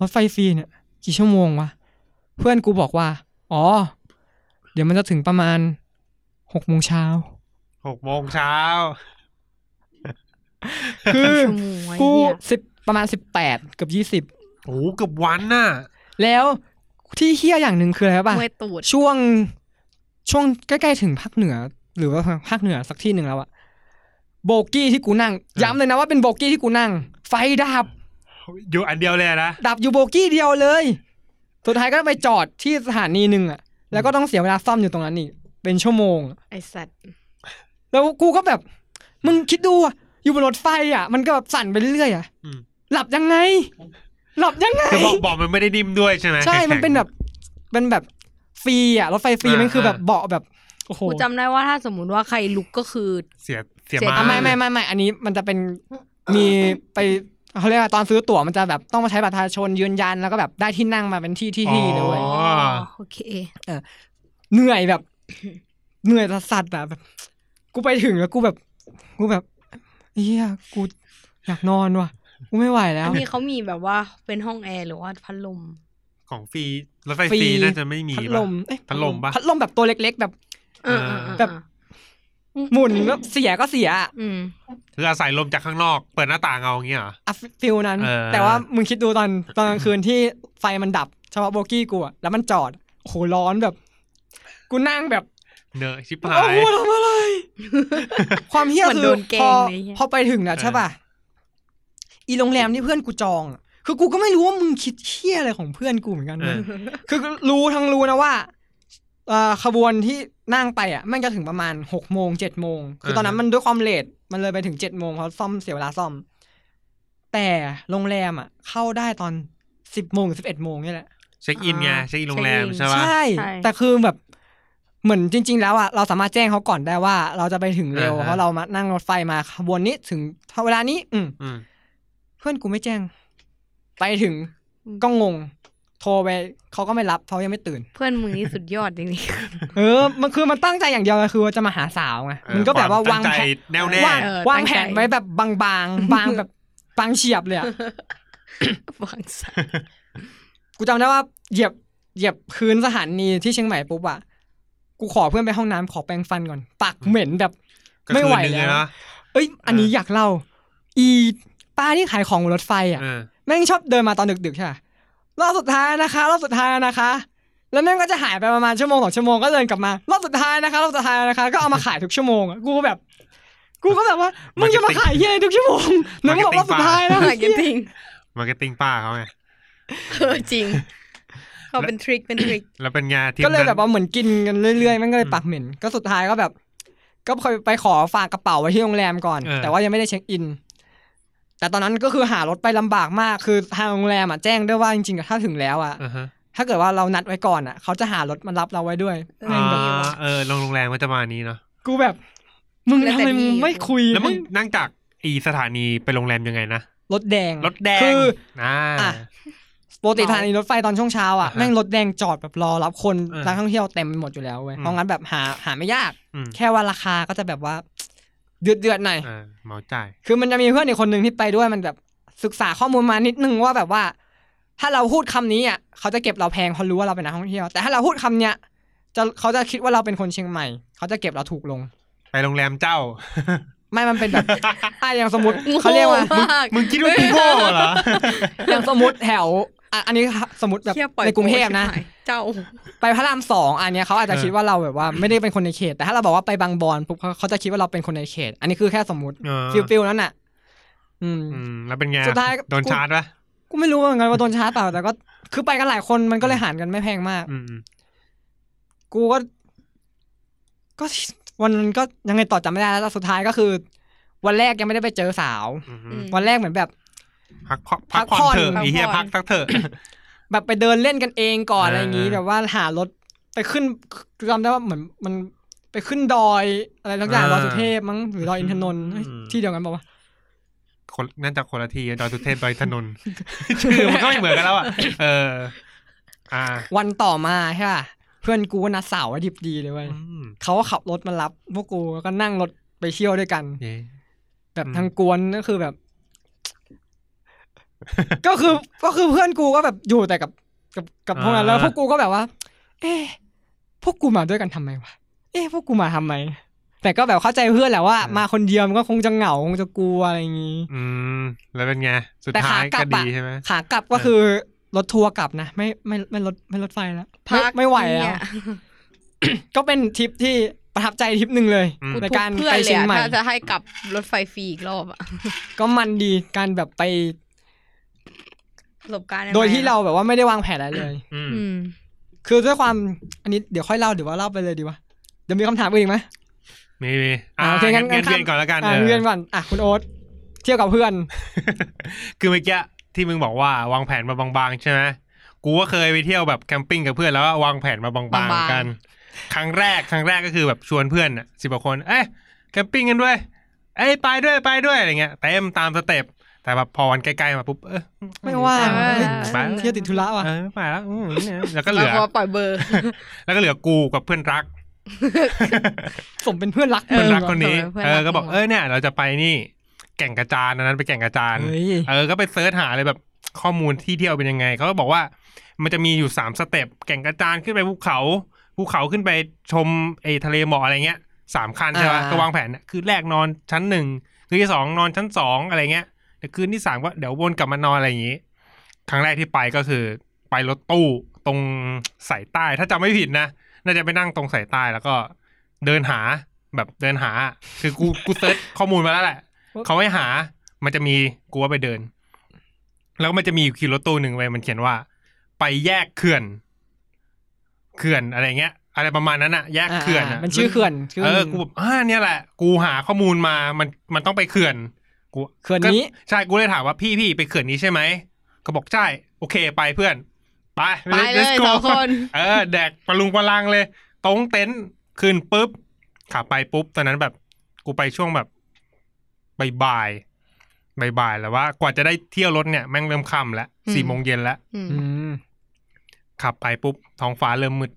A: รถไฟฟรีเนี่ย กี่ชั่วโมงวะ เพื่อนกูบอกว่า อ๋อ เดี๋ยวมันจะถึงประมาณหกโมงเช้า
B: หกโมงเช้า
A: คือ
C: ชั่วโมงไอ้
A: กู
C: เหี้ย
A: สิบประมาณสิบแปดเกือบยี่สิบ
B: โอ้โหเกือบวันน่ะ
A: แล้วที่เฮี้ยอย่างหนึ่งคืออะไรรู้ป่ะ
C: เมื่อยตูด
A: ช่วงช่วงใกล้ๆถึงภาคเหนือ หรือว่าภาคเหนือสักที่หนึ่งแล้วอะโบกี้ที่กูนั่ง ย้ำเลยนะว่าเป็นโบกี้ที่กูนั่ง ไฟดับ
B: อยู่อันเดียวเลยนะ
A: ดับอยู่โบกี้เดียวเลย สุดท้ายก็ไปจอดที่สถานีหนึ่งอะแล้วก็ต้องเสียเวลาซ่อมอยู่ตรงนั้นอีกเป็นชั่วโมง
C: ไอสัตว์
A: แล้วกูก็แบบ มึงคิดดูอะอยู่บนรถไฟอะมันก็แบบสั่นไปเรื่อยอะ
B: อืม
A: หลับยังไง หลับยังไง
B: คือบอกบอกมันไม่ได้ดิ่มด้วยใช่ไหม
A: ใช่ มันเป็น
B: ข็งๆ
A: แบบเป็นแบบฟรีอะรถไฟฟรี
B: อ่ามั
A: มันคือแบบ
B: อ่า
A: เบาะแบบโอ้โห
C: กูจำได้ว่าถ้าสมมุติว่าใครลุกก็คือ
B: เสียเสีย
C: เสีย
B: มา
A: อ่ะไม่ไม่ไม่ไม่อันนี้มันจะเป็นมีไปเขาเรียกว่าตอนซื้อตั๋วมันจะแบบต้องมาใช้บัตรประชาชนยืนยันแล้วก็แบบได้ที่นั่งมาเป็นที่ที่ที่เลยเว้ย
C: อ๋อโอเค
A: เหนื่อยแบบ เหนื่อยสัสๆอะแบบ กูไปถึงแล้วกูแบบ กูแบบเฮียกูอยากนอนว่ะ กูไม่ไหวแล้
C: อั
A: วน
C: นี้เขามีแบบว่าเป็นห้องแอร์หรือว่าพัดลม
B: ของฟรีรถไฟฟรีน่าจะไม่มี
A: พัดล
B: ป่ะ
A: มเอ้ย
B: พัดลมปะ
A: พัดลมแบบตัวเล็ก ๆ แบบ
C: เออเออเออ
A: แบบ หมุนแล้วเสียก็เสียอะ
C: อืม
B: คืออาศัยลมจากข้างนอกเปิดหน้าต่างเอาอย่างเงี้ยเหรอ
A: อ่ะฟิลนั้น
B: เออ
A: แต่ว่ามึงคิดดูตอนตอนกลางคืนที่ไฟมันดับเฉพาะโบกี้กูอะแล้วมันจอดโอ้โหร้อนแบบ กูนั่งแบบ
B: เนอะชิบ
A: โอ้
B: หาย
A: โหทำอะไร ความเฮี้ย
C: เหมือน
A: คื
C: โด
A: อน
C: แกล้
A: พอ
C: งเลยไอ้เหี้ย
A: พอไปถึงนะ
B: เออ
A: ใช่ป่ะ อีโรงแรมที่เพื่อนกูจองอะคือกูก็ไม่รู้ว่ามึงคิดเฮี้ยอะไรของเพื่อนกูเหมือนกัน
B: เอ
A: เว้ย
B: อ
A: คือรู้ทั้งรู้นะว่าเอ่อขบวนที่นั่งไปอ่ะแม่งจะถึงประมาณหกโมงเจ็ดโมงคือตอนนั้นมันด้วยความเลทมันเลยไปถึงเจ็ดโมงเพราะซ่อมเสียเวลาซ่อม แต่โรงแรมอ่ะ เข้าได้ตอนสิบโมงสิบเอ็ดโมงนี่แหละ
B: เช็คอินไงเช็คอินโรงแรมใช่ปะ
A: ใช่
C: ใช่
A: แต่คือแบบเหมือนจริง ๆ แล้วอ่ะเราสามารถแจ้งเขาก่อนได้ว่า เราจะไปถึงเร็ว
B: อ่าฮะ
A: เพราะเรามานั่งรถไฟมาขบวนนี้ถึงเวลานี้ อืม
B: อืม
A: เพื่อนกูไม่แจ้ง ไปถึงก็งง โทรไปเขาก็ไม่รับเขายังไม่ตื่น
C: เพื่อนมึงนี่สุดยอดจริง
A: เออ มันคือมันตั้งใจอย่างเดียวเลยคือว่าจะมาหาสาวไง
B: เออ
A: มันก็แบบ
B: คว
A: ว่าาง
B: มตั้
A: แผ
B: ใจ
A: น
B: แน่วแน่
A: วางวางแผนไว้แบบบางๆบางแบบบางเฉียบเลยอะ
C: ๆฟังสัตว์
A: กูจำได้ว่าเหยียบเหยียบพื้นสถานีที่เชียงใหม่ปุ๊บอ่ะกูขอเพื่อนไปห้องน้ำขอแปรงฟันก่อนปากเหม็นแบบ
B: ก็
A: ไม่
B: คืน
A: ไหว
B: นึง
A: แล้ว
B: เยนะ
A: เอ้ย อันนี้
B: เออ
A: อ
B: อ
A: ยากเล่า อีป้าที่ขายของบนรถไฟอ่ะ
B: เออ
A: แม่งชอบเดินมาตอนดึกๆใช่ปะรอบสุดท้ายนะคะ รอบสุดท้ายนะคะ แล้วแม่งก็จะหายไปประมาณชั่วโมงสองชั่วโมงก็เดินกลับมา รอบสุดท้ายนะคะ รอบสุดท้ายนะคะ ก็เอามาขายทุกชั่วโมงอะกูก็แบบ กูก็แบบว่า มึงจะมาขายเฮียอะไรทุกชั่วโม งน้องบอกรอบสุดท้ายนะ
C: มาเก็ตติ้ง
B: มาร์เก็ตติ้งป้าเขาไง
C: เออจริง เขาเป็นทริคเป็นทริค
B: แล้วเป็นไงทีม
A: ก็เลย
B: นั้น
A: แบบว่าเหมือนกินกันเรื่อยๆแม่งก็เลย
B: อืม
A: ปากเหม็น ก็สุดท้ายก็แบบ ก็คอยไปขอฝากกระเป๋าไว้ที่โรงแรมก่อน
B: เออ
A: แต่ว่ายังไม่ได้เช็คอิน แต่ตอนนั้นก็คือหารถไปลำบากมาก คือทางโรงแรมอ่ะแจ้งด้วยว่าจริงๆอะถ้าถึงแล้วอ่ะ
B: อ่าฮะ
A: ถ้าเกิดว่าเรานัดไว้ก่อนอ่ะ เขาจะหารถมารับเราไว้ด้วย
C: เออ
A: แม่งแบบ
B: อ่าเออโรงแรมก็จะมานี้เนาะ
A: กูแบบ มึง
C: แล้ว
A: ทำ
C: แต่
A: ไม
C: ที่
A: มึงไม่คุย
B: แล้วมึง
A: ไ
B: นั่งจากอีสถานีไปโรงแรมยังไงนะ
A: รถแดง
B: รถแดง
A: คือ
B: อ่า
A: อ่ะ ปกติทางรถไฟตอนช่วงเช้าอ่ะ
B: อ่าฮะ
A: แม่งรถแดงจอดแบบรอรับคน
B: อ่า
A: นักท่องเที่ยวเต็มไปหมดอยู่แล้วเว้ย
B: อืม
A: เพราะงั้นแบบหาหาไม่ยาก
B: อืม
A: แค่ว่าราคาก็จะแบบว่า เดือดเดือดๆหน่อย
B: อ่าเหมาจ่าย
A: คือมันจะมีเพื่อนอีกคนหนึ่งที่ไปด้วยมันแบบศึกษาข้อมูลมานิดนึงว่าแบบว่า ถ้าเราพูดคำนี้อ่ะเขาจะเก็บเราแพงเขาะรู้ว่าเราเป็นนักท่องเที่ยว แต่ถ้าเราพูดคำเนี้ยจะเขาจะคิดว่าเราเป็นคนเชียงใหม่ เขาจะเก็บเราถูกลง
B: ไปโรงแรมเจ้า
A: ไม่มันเป็นแบบ อ่ะอย่างสมมติ
C: โง่
A: เขาเรียกว่า
C: มาก
B: มึงคิดว่ากูโง่เหรอ
A: อย่างสมมติแถวอ่ะอันนี้สมมติแบบ
C: เชี่ยปล่อย
A: ในกรุงเทพนะ
C: กูชิบหายเจ้า
A: ไปพระรามสองอันเนี้ยเขาอาจจะ
B: เออ
A: คิดว่าเราแบบว่าไม่ได้เป็นคนในเขต แต่ถ้าเราบอกว่าไปบางบอนปุ๊บเขาเขาจะคิดว่าเราเป็นคนในเขต อันนี้คือแค่สมมติ
B: เออ
A: ฟิลฟิลนั้นน่ะ อืม
B: อืมแล้วเป็นไง
A: สุดท้าย
B: โดน
A: กู
B: ชาร์จปะ
A: กูไม่รู้เหมือนกันว่าโดนชาร์จเปล่าแต่ก็คือไปกันหลายคนมันก็เลยหารกันไม่แพงมาก
B: อืม
A: กูก็ ก็วันนั้นก็ยังไงต่อจำไม่ได้แล้วแต่สุดท้ายก็คือ วันแรกยังไม่ได้ไปเจอสาว
B: อืม
C: อืม
A: วันแรกเหมือนแบบ
B: พักผ่อนพักผ่อนเถอะ
A: พักผ่อน
B: ไอีเฮีย
C: พั
B: พัก
C: กผ่อน
B: พักเถอะ
A: แบบไปเดินเล่นกันเองก่อน
B: เอออ
A: อะไรอย่างนี้
B: เออ
A: แบบว่าหารถไปขึ้นจำได้ว่าเหมือนมันไปขึ้นดอยอะไรทั้งอย่าง
B: อ่า
A: ดอยสุเทพมั้งหรือดอยอินทนนท์เอ้ย
B: อืม
A: ที่เดียวกันบอกว่าว
B: คนน่าจะคนละทีดอยสุเทพดอยถ นน ชื่อมันก็ไม่เหมือนกันแล้วอ่ะเออ อ่า
A: ะวันต่อมาใช่ป่ะเพื่อนกูก็นัดสาวไว้ดิบดีเลยเว้ย
B: อืม
A: เขาก็ขับรถมารับพวกกูแล้วก็นั่งรถไปเที่ยวด้วยกัน
B: เย้
A: แบบ
B: อืม
A: ทางกวนก็คือแบบ ก็คือก็คือเพื่อนกูก็แบบอยู่แต่กับกับกับพวกนั้นแล้วพวกกูก็แบบว่า เอ๊ะพวกกูมาด้วยกันทำไมวะเอ๊ะพวกกูมาทำไม แต่ก็แบบเข้าใจเพื่อนแหละว่ามาคนเดียวมันก็คงจะเหงาคงจะกลัวอะไรอย่างงี้
B: อืม แล้วเป็นไง สุด
A: แต่ขา
B: ท้าย
A: กลั
B: ก็
A: บ
B: ดี
A: อะ
B: ใช่ไหม
A: ขากลับก็คือรถทัวร์กลับนะไม่ไม่ไม่รถไม่รถไฟแล้วไม่ไม่ไหวแล้ว ก็เป็นทริปที่ประทับใจทริปหนึ่งเลย
B: อืม
A: ใน
C: ก
A: การ
C: เพื่อน
A: ไป
C: เล
A: เชี
C: ย
A: ยง
C: อะ
A: ใหม่
C: ถ้าจะให้กลับรถไฟฟรีอีกรอบอะ
A: ก็มันดีการแบบไป
C: ประสบการณ์
A: โดยที่เราแบบว่าไม่ได้วางแผนอะไรเลย
B: อืม
C: อืม
A: คือด้วยความอันนี้เดี๋ยวค่อยเล่าเดี๋ยวว่าเล่าไปเลยดีกว่าเดี๋ยวมีคำถามอื่นอีกไหม
B: มีมี
A: อ่าโอเคงั้น
B: งั้น
A: งั้น
B: เรียน
A: ข้าม
B: ก่อนแล้วกัน
A: อ่ะเพื่อนก่อนอ่ะคุณโอ๊ตเที่ยวกับเพื่อน
B: คือเมื่อกี้ที่มึงบอกว่าวางแผนมาบางๆใช่ไหมกูก็เคยไปเที่ยวแบบแคมปิ้งกับเพื่อนแล้วก็วางแผนมาบาง
C: บาง
B: ๆ
C: ๆ
B: กัน ครั้งแรกครั้งแรกก็คือแบบชวนเพื่อนสิบกว่าคน เอ้ยแคมปิ้งกันด้วย เอ้ยไปด้วยไปด้วยอะไรเงี้ยเต็มตามสเต็ปแต่แบบพอวันใกล้ๆมาปุ๊บเออ
A: ไม่ว่าง
C: เออ
A: เฮ้ย
B: ไป
A: เที่ยวติดธุระว่ะ
B: เออไม่ไปแล้วอืมเนี่ยแล้วก็เห
C: เรา
B: ลือ
C: พอปล่อยเบอร์
B: แล้วก็เหลือกูกับเพื่อนรัก
A: สมเป็นเพื่อนรัก
B: เพื่อนรัก
A: เออ
B: คนนี้
C: เพื่อนรัก
B: เออก็บอก
C: ของเรา
B: เออเนี่ย เราจะไปนี่แก่งกระจานอันนั้นไปแก่งกระจาน
A: เฮ้ย
B: เออ ก็ไปเสิร์ชหาเลยแบบข้อมูลที่เที่ยวเป็นยังไง เขาก็บอกว่ามันจะมีอยู่สามสเต็ป แก่งกระจานขึ้นไปภูเขา ภูเขาขึ้นไปชมไอทะเลหมอกอะไรเงี้ยสามคันใช่ปะ
A: อ่า
B: ก็วางแผนน่ะคือแรกนอนชั้นหนึ่ง คืนที่สองนอนชั้นสองอะไรเงี้ยแต่คืนที่สามก็เดี๋ยววนกลับมานอนอะไรอย่างงี้ ครั้งแรกที่ไปก็คือ ไปรถตู้ตรงสายใต้ ถ้าจำไม่ผิดนะ น่าจะไปนั่งตรงสายใต้แล้วก็เดินหาแบบเดินหา คือกูกูเซิร์ชข้อมูลมาแล้วแหละ เขาให้หา มันจะมีกูว่าไปเดิน แล้วมันจะมีอยู่คิวรถตู้หนึ่งไว้ยมันเขียนว่า ไปแยกเขื่อน เขื่อนอะไรเงี้ย อะไรประมาณนั้นอะแยกเขื่อนอะ
A: มันชื่อเขื่อนชื่
B: เออ
A: หนึ่
B: กู
A: ง
B: แบบอ่าเนี่ยแหละ กูหาข้อมูลมา มัน มันต้องไปเขื่อน กู
A: เขื่อนนี้
B: ก็ใช่ กูเลยถามว่าพี่พี่ไปเขื่อนนี้ใช่ไหมเขาบอกใช่ โอเค ไปเพื่อน ไป
C: ไปเลย
B: let's go
C: สองคน
B: เออ แดกปะลุงปะลังเลย ตรงเต็นท์ขึ้นปุ๊บ ขาไปปุ๊บ ตอนนั้นแบบ กูไปช่วงแบบบ่ายๆบ่ายๆแล้วว่า กว่าจะได้เที่ยวรถเนี่ย แม่งเริ่มค่ำแล้ว
C: อืม
B: สี่โมงเย็นแล้ว
C: อืม
A: อืม
B: ขับไปปุ๊บท้องฟ้าเริ่มมืด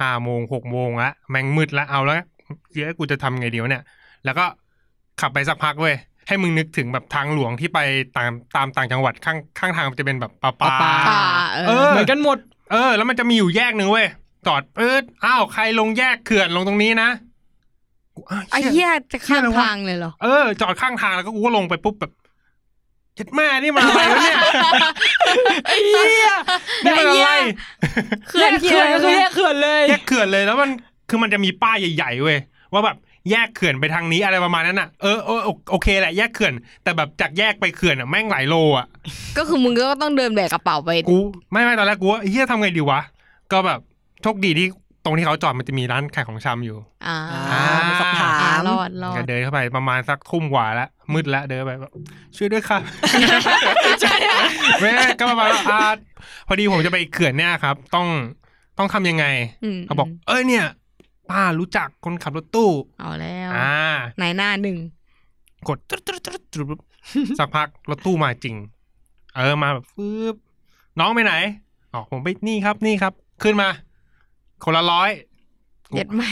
B: ห้าโมงหกโมงละแม่งมืดละเอาแล้วเดี๋ยอะกูจะทำไงเดียวะเนี่ย แล้วก็ขับไปสักพักเว้ยให้มึงนึกถึงแบบทางหลวงที่ไปตามตามต่างจังหวัดข้างข้างทางมันจะเป็นแบบปลาปลา
A: ปะปา
C: ป่าเอ
B: เอ
C: อ
B: อ
A: เหมือนกันหมด
B: เออ แล้วมันจะมีอยู่แยกหนึ่งเว้ยจอดเอออ้าวใครลงแยกเขื่อนลงตรงนี้นะกูอ้าว
C: ไอ้
B: เหี้ย
C: เหี้ยจะข้าม
B: เหี้ยอะไรวะ
C: ทางเลยเหรอ
B: เออ จอดข้างทางแล้วก็กูก็ลงไปปุ๊บแบบเจ็ดแม่นี่มันอะไรวะเนี่ย
A: ไอ้เหี้ย
B: นี่มันอะไร
C: เขื่อน
A: แยกเขื่อนก็คือแยกเขื่อนเลย
B: แยกเขื่อนเลยแล้วมันคือมันจะมีป้ายใหญ่ๆเว้ยว่าแบบแยกเขื่อนไปทางนี้อะไรประมาณนั้นอ่ะเออเออโอโอเคแหละแยกเขื่อน แต่แบบจากแยกไปเขื่อนอ่ะแม่งหลายโลอ่ะ
C: ก็คือมึงก็ต้องเดินแบกกระเป๋าไป
B: กูไม่ไม่ตอนแรกกูว่าเฮียทำไงดีวะ ก็แบบโชคดีที่ตรงที่เขาจอดมันจะมีร้านขายของชำอยู่
C: อ่า
A: อ่าเป็นสอบถา
C: อ่าม รอดรอ
B: ก็
C: ด
B: เดินเข้าไปประมาณสักทุ่มกว่าละมืดละเดินไปแบบช่วยด้วยครับ แม่ก็ประมาณว่าอ่าพอดีผมจะไปเขื่อนเนี่ยครับ ต้องต้องทำยังไง
C: ม
B: เขาบอก เอ้ยเนี่ย ป้ารู้จักคนขับรถตู้
C: เอาแล้ว
B: อ่า
C: นายหน้าหนึ่ง
B: กดตึ๊ดตึ๊ดตึ๊ดตึ๊ดปุ๊บ สักพักรถตู้มาจริง เออมาแบบฟืบน้องไปไหนอ๋อผมไปนี่ครับนี่ครับ ขึ้นมา คนละร้อย กู
C: เย็ดแม่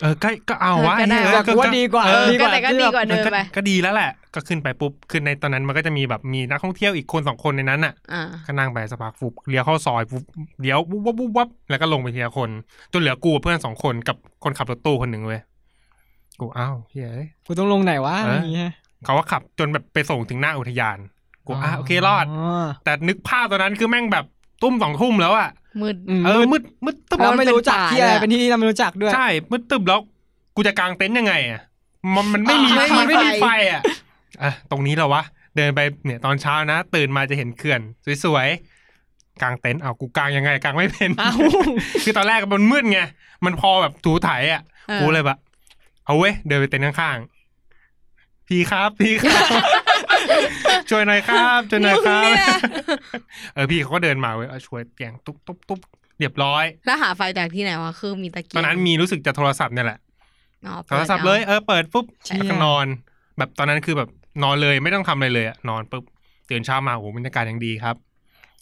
B: เออก็ก็เอาวะ
C: เออก็ได้
B: เออ
A: ก็ว่าดีกว่า
B: เออ
A: ดีกว่า
C: แต่ก็ดีกว่าเดิมไป
B: ก็ดีแล้วแหละ ก็ขึ้นไปปุ๊บขึ้นในตอนนั้นมันก็จะมีแบบมีนักท่องเที่ยวอีกคนสองคนในนั้นอ่ะ
C: อ่า
B: ก็นั่งไปสักพักฟุบเลี้ยวเข้าซอยฟุบเลี้ยววุบวุบวุบวับแล้วก็ลงไปทีละคนจนเหลือกูกับเพื่อนสองคนกับคนขับรถตู้คนหนึ่งเว้ยกูอ้าวเฮ้ย
A: กูต้องลงไหนวะ
B: เอออ
A: อย่างเงี้ย
B: เขาก็ขับจนแบบไปส่งถึงหน้าอุทยานกูอ่ะโอเครอด
A: อ
B: แต่นึกภาพตอนนั้นคือแม่งแบบตุ้มสองทุ่มแล้วอะ
C: มืด
A: ม
B: เออมืดมืดตึบ
A: เราไม่รู้จัก
C: มันเป็นป่า
A: ที่อะไร
C: เลยอะ
A: เป็นที่ที่เราไม่รู้จักด้วย
B: ใช่มืดตึบแล้วกูจะกางเต็นท์ยังไงอะมันมันไม่มี
C: ไม่มี
B: มันไม่มี
C: ไฟ
B: ไฟอะอ่ะตรงนี้เหราวะเดินไปเนี่ยตอนเช้านะ ตื่นมาจะเห็นเขื่อน สวยๆกางเต็นท์เอากูกางยังไงกางไม่เป็น
A: อ้าว
B: คือตอนแรกมันมืดไงมันพอแบบถูไถอะ
C: ออ
B: กูเลยแบบเอาเว้ยเดินไปเต็นท์ข้างๆพี่ครับพี่ครับช่วยหน่อยครับช่วยหน่อยครั
C: มึงเนี่ย
B: บ เออพี่เขาก็เดินมาเว้ยเอาช่วยแกงตุ๊บตุ๊บตุ๊บเรียบร้อย
C: แล้วหาไฟจากที่ไหนวะ คือมีตะเกีย
B: ตอนนั้นมีรู้สึกจะโทรศัพท์เนี่ยแหละ
C: อ๋อ
B: โทรศัพท์เลยเออเปิดปุ๊บ
A: เชี่ย
B: แล้วก็นอน แบบตอนนั้นคือแบบนอนเลยไม่ต้องทำอะไรเลยอะนอนปุ๊บตื่นเช้ามาโอ้โหบรรยากาศยังดีครับ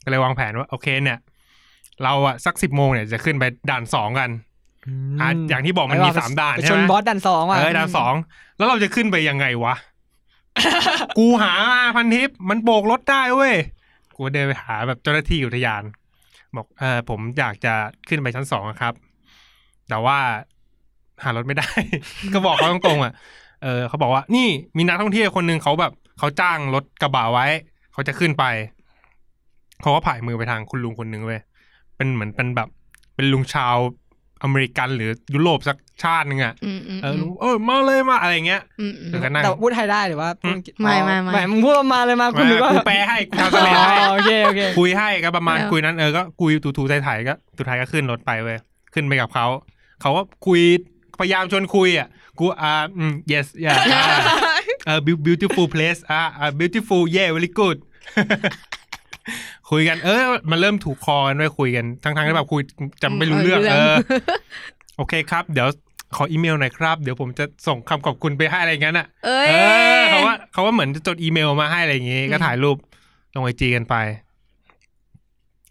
B: ก็เลยวางแผนว่าโอเคเนี่ย เราอะสักสิบโมงเนี่ยจะขึ้นไปด่านสองกันอ่ะอย่างที่บอกมันมีสามด่าน
A: ไป
B: ใช่
A: ชน
B: ไหม
A: บอสดันสองว่ะ
B: เออด่านสองแล้วเราจะขึ้นไปยังไงวะ กูหามาพันทิปมันโบกรถได้เว้ย กูเดินไปหาแบบเจ้าหน้าที่อุทยาน บอกเออผมอยากจะขึ้นไปชั้นสองอะครับ แต่ว่า หารถไม่ได้ ก็บอกเขาตรงๆอ่ะเออเขาบอกว่า นี่มีนักท่องเที่ยวคนหนึ่งเขาแบบเขาจ้างรถกระบะไว้ เขาจะขึ้นไปเขาก็ผ่ายมือไปทางคุณลุงคนหนึ่งเว้ยเป็นเหมือนเป็นแบบ เป็นลุงชาวอเมริกันหรือยุโรปสักชาติหนึ่งอ่ะ
C: อืมอืม
B: เออลุงเออมาเลยมาอะไรเงี้ย
C: อืมอืม
B: เดี๋ยวก็นั่ง
A: แต่พูดไทยได้หรือว่าพูดอังกฤษ
C: ไม่ไม่ไม่
A: แหมึงพูดมาเลยมากูหรือว่า
B: กูแปลให้กูทำสเลด
A: อ๋
B: ให้
A: อโอเคโอเค
B: คุยให้ก็ประมาณ
C: เออ
B: คุยนั้นเออก็คุยถูๆูไถ่ๆก็สุดท้ายก็ขึ้นรถไปเว้ยขึ้นไปกับเขาเขาก็คุยพยายามชวนคุยอ่ะกูอ่าอืม yes yeah อ่าเออ beau- beautiful place อ่าอ่า beautiful yeah very good คุยกันเออมันเริ่มถูกคอกันด้วยคุยกันทั้งๆที่แบบคุยจำไม่รู้เรื่องเออ โอเคครับ เดี๋ยวขออีเมลหน่อยครับ เดี๋ยวผมจะส่งคำขอบคุณไปให้อะไรงั้นอ่ะ
C: เอ้ย
B: เออเขาว่าเขาว่าเหมือนจะจดอีเมลมาให้อะไรอย่างงี้
C: อืม
B: ก็ถ่ายรูปลงไอจีกันไป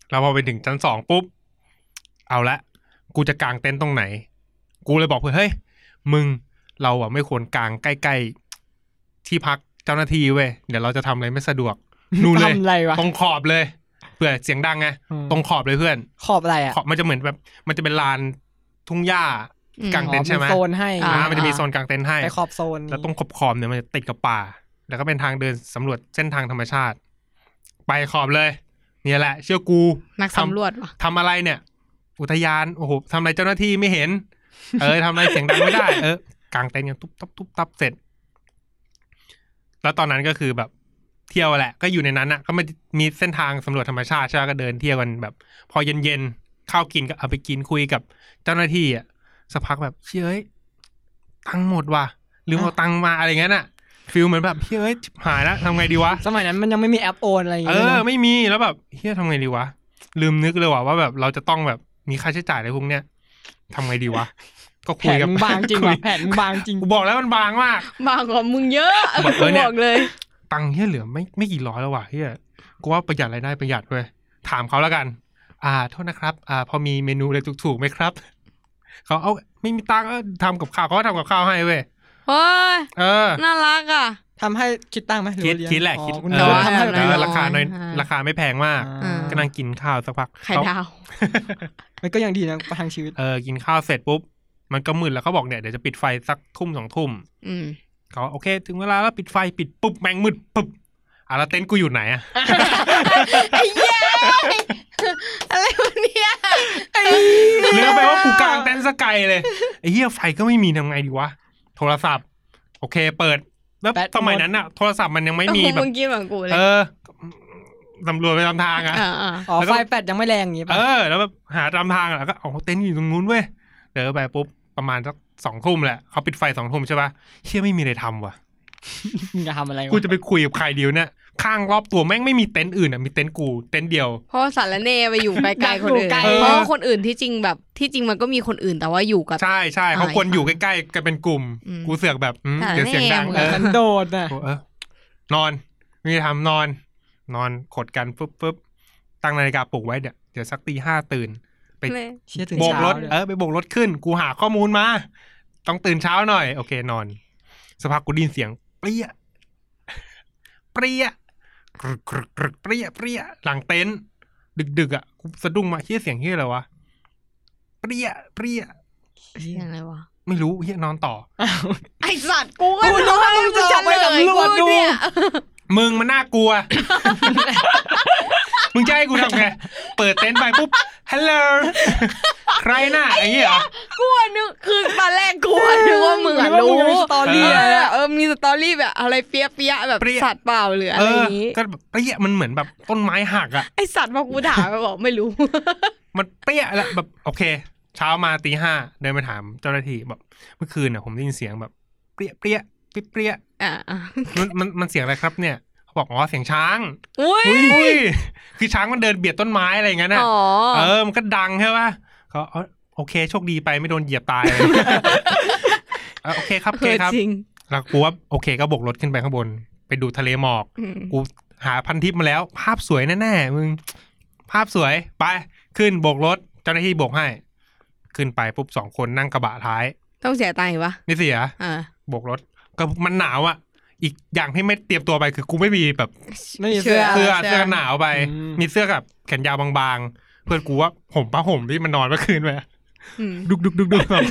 B: แล้วพอไปถึงชั้นสองปุ๊บ เอาละ กูจะกางเต็นท์ตรงไหน กูเลยบอกเพื่อนเฮ้ย มึงเราอะไม่ควรกางใกล้ๆ ที่พักเจ้าหน้าที่เว้ย เดี๋ยวเราจะทำอะไรไม่สะดว ก นู่นเลย
A: ทำอะไรวะ
B: ตรงขอบเลย เผื่อเสียงดังไง
A: อืม
B: ตรงขอบเลยเพื่อน
A: ขอบอะไรอ่ะ
B: ขอบมันจะเหมือนแบบ มันจะเป็นลานทุ่งหญ้า
C: อืม
B: กลาง เต็นท์ใช่ไหม
A: อ๋อโซนให้
C: อ่า
B: อ่ามันจะมีโซนกางเต็นท์ให้
A: ไปขอบโซนนี้
B: แล้วตรงขอบขอบๆเนี่ยมันจะติดกับป่า แล้วก็เป็นทางเดินสำรวจเส้นทางธรรมชาติ ไปขอบเลย เนี่ยแหละ เชื่อกู
C: นักสำรวจว่ะ
B: ทำอะไรเนี่ย อุทยานโอ้โหทำอะไรเจ้าหน้าที่ไม่เห็น เออทำอะไรเสียงดังไม่ได้เออกางเต็นท์กันตุ๊บตับตุ๊บตับเสร็จ แล้วตอนนั้นก็คือแบบเที่ยวแหละ ก็อยู่ในนั้นอ่ะ ก็มันมีเส้นทางสำรวจธรรมชาติใช่ไหมก็เดินเที่ยวกันแบบ พอเย็นๆข้าวกินก็เอาไปกินคุยกับเจ้าหน้าที่อ่ะสักพักแบบเชื่ยเอยตังค์หมดว่ะลืมเอาตังค์มาอะไรเงี้ยน่ะฟิลเหมือนแบบเชื่ยเอยชิบหายแล้วทำไงดีวะ
A: สมัยนั้นมันยังไม่มีแอปโอนอะไรอย่าง
B: เอ
A: เงี้ย
B: อ
A: นะ
B: ไม่มีแล้วแบบเฮียทำไงดีวะ ลืมนึกเลยว่ะว่าแบบเราจะต้องแบบมีค่าใช้จ่ายอะไรพวกเนี้ยทำไงดีวะ ก็
A: แผ
B: คุ
A: น
B: ยกับ
A: มึงบางจริง
B: คุ
A: ว่ะ
B: ย
A: แผนมึงบางจริง
B: กูบอกแล้วมันบางมาก
C: มากกว่ามึงเยอะ
B: บอกเออเนี่ย
C: บอกเลย
B: ตังค์เฮียเหลือไม่ไม่กี่ร้อยแล้วว่ะเฮียกูว่าประหยัดรายได้ประหยัดเว้ยถามเขาแล้วกัน อ่าโทษนะครับ อ่า พอมีเมนูอะไรถูกๆไหมครับ เขาเอาไม่มีตังค์เออทำกับข้าวเขาก็ทำกับข้าวให้เว้ย
C: โอ้ย
B: เออ
C: น่ารักอ่ะ
A: ทำให้คิดตังค์ไหมรือ
B: คิด
A: ว่าเยง
B: คิดแหละ
A: อ๋อ
B: คิด
A: คุณ
B: เอ
A: น้
B: อ
A: อ
C: ว่
A: ยทำให้
C: เ
A: แบบนั้น
B: เอ
A: เหร
B: อ
A: อ
B: ราคาน้อย
C: อ่า
B: ราคาไม่แพงมาก
A: อ่า
B: ก็นั่งกินข้าวสักพัก
C: ไข่
B: เขา
C: ดาว
A: มันก็ยังดีนะประทังชีวิต
B: เออกินข้าวเสร็จปุ๊บ มันก็มืดแล้วเขาบอกเนี่ย เดี๋ยวจะปิดไฟสักทุ่มสองทุ่ม
C: อืม
B: เขาโอเค ถึงเวลาแล้วปิดไฟปิดปุ๊บแมงมืดปุ๊บอ่ะแล้วเต็นท์กูอยู่ไหน อ่ะ
C: ไอ้เหี้ยอะไรวะเนี่ย
B: เนื้อแปลว่ากูกลางเต็นท์สกายเลยไอ้เหี้ยไฟก็ไม่มีทำไงดีวะ โทรศัพท์ โอเคเปิด แล้ว
A: แบตหมด
B: สมัยนั้นอ่ะ โทรศัพท์มันยังไม่มีแบ
C: มึ
B: บ
C: งกินเหมือนกูเล
B: เอย อตำรวจไปตามทางอ่ะ
C: อ่าอ่า
A: อ๋อ
B: แล้วก็
A: ไฟแปดยังไม่แรงอย่างงี้
B: เอ
A: ป่ะ
B: อ แล้วแบบหาตามทางอะแล้วก็อ๋อเต็นท์อยู่ตรงนู้นเว้ยเดินไปปุ๊บประมาณสักสองทุ่มแหละเขาปิดไฟสองทุ่มใช่ปะเชี่ยไม่มีอะไรทำว่ะ
A: มึงจะทำอะไรวะ
B: กูจะไปคุยกับใครเดียวเนี่ยข้างรอบตัวแม่งไม่มีเต็นท์อื่นอ่ะมีเต็นท์กูเต็นท์เดียว
C: เพราะว่าสารเนไปอยู่ไกลๆคนอื่น
B: เออ
C: เพราะว่าคนอื่นที่จริงแบบที่จริงมันก็มีคนอื่นแต่ว่าอยู่กับ
B: ใช่ใช่เขาควรอยู่ใกล้ๆกันเป็นกลุ่ม
C: อืม
B: กูเสือกแบบอืม
C: แต่
B: เดี๋ยวเสียงดังเอ
C: แน่มึง
B: อ
C: อะ
A: ฉันโดดน่ะ
B: กูเออนอนไมีทำนอน นอนขดกันปุ๊บปุ๊บตั้งนาฬิกาปลุกไว้เดี๋ยวเดี๋ยวสักตีห้าตื่น ไป
C: เลย
A: เชี่ยถึง
B: โบก
A: เช้าร
B: ถ
A: เลย
B: เออไปโบกรถขึ้น กูหาข้อมูลมา ต้องตื่นเช้าหน่อย โอเคนอนสักพักกูไดยินเสียง เปรี้ย เปรี้ยกรึกกรึกกรึกเปรี้ยเปรี้ยหลังเต็นท์ดึกๆอ่ะกูสะดุ้งมาเฮี้ยเสียงเฮี้ยอะไรวะเปรี้ยเปรี้ย
C: เสียงอะไรวะ
B: ไม่รู้เฮี้ยนอนต่อ
A: อ้าว
C: ไอสัตว์กูก็
A: กูนึกว่ามึงจะออกไปสำรวจดู
C: กูเนี่ย
B: มึงมันน่ากลัว มึงจะให้กูทำไงเปิดเต็นท์ไปปุ๊บฮัลโหลใครน่ะไอ้เหี้ยเหรอ
C: กูอะนึกคือตอนแรกกูอะนึกว่ามึงอะรู้
A: นึกว่ามึงมีสตอรี่
C: เอ
A: อะไร
C: อ
A: อะ
C: เออมีสตอรี่แบบอะไรเปียะเปียะแบบ
B: เปรี้ย
C: สัตว์เปล่าหรืออะ
B: เอ
C: ไรอ
B: อย่าง
C: งี้
B: ก็แบบเปรี้ยมันเหมือนแบบต้นไม้หักอ่ะ
C: ไอสัตว์พอกูด่าไปบอกไม่รู้
B: มันเปี้ยแล้วแบบโอเค เช้ามาตีห้าเดินไปถามเจ้าหน้าที่แบบเมื่อคืนน่ะผมได้ยินเสียงแบบเปรี้ยเปรี้ยเปรี้ยเปรี้ย
C: อ่าอ่า
B: มันมันมันเสียงอะไรครับเนี่ยเขาบอกอ๋อเสียงช้าง
C: อุ้ย
B: อุ้ยคือช้างมันเดินเบียดต้นไม้อะไรอย่างเงี้ยน่ะ
C: อ๋อ
B: เออมันก็ดังใช่ปะเขาเอาโอเคโชคดีไปไม่โดนเหยียบตายเลยเออโอเคครับโอเคครับ
C: จริง
B: แล้วกูว่าโอเคก็บกรถขึ้นไปข้างบน ไปดูทะเลหมอก
C: อืม
B: กูหาพันทิปมาแล้ว ภาพสวยแน่ๆมึง ภาพสวยไป ขึ้นโบกรถ เจ้าหน้าที่โบกให้ ขึ้นไปปุ๊บสองคนนั่งกระบะท้าย
C: ต้องเสียตังค์อีกปะ
B: ไม่เสีย
C: อ่า
B: โบกรถ ก็มันหนาวอะ่ะ อีกอย่างที่ไม่เตรียมตัวไปคือกูไม่มีแบบ
A: ไม่มีเสื้อ
B: เสื้อเสื้อหนาวไป
A: อืม
B: มีเสื้อกับแขนยาวบางๆ เพื่อนกูว่าผมผ้าห่มที่มันนอนเมื่อคืนไป
C: อืม
B: ดุกดุกดุกดุกแบบ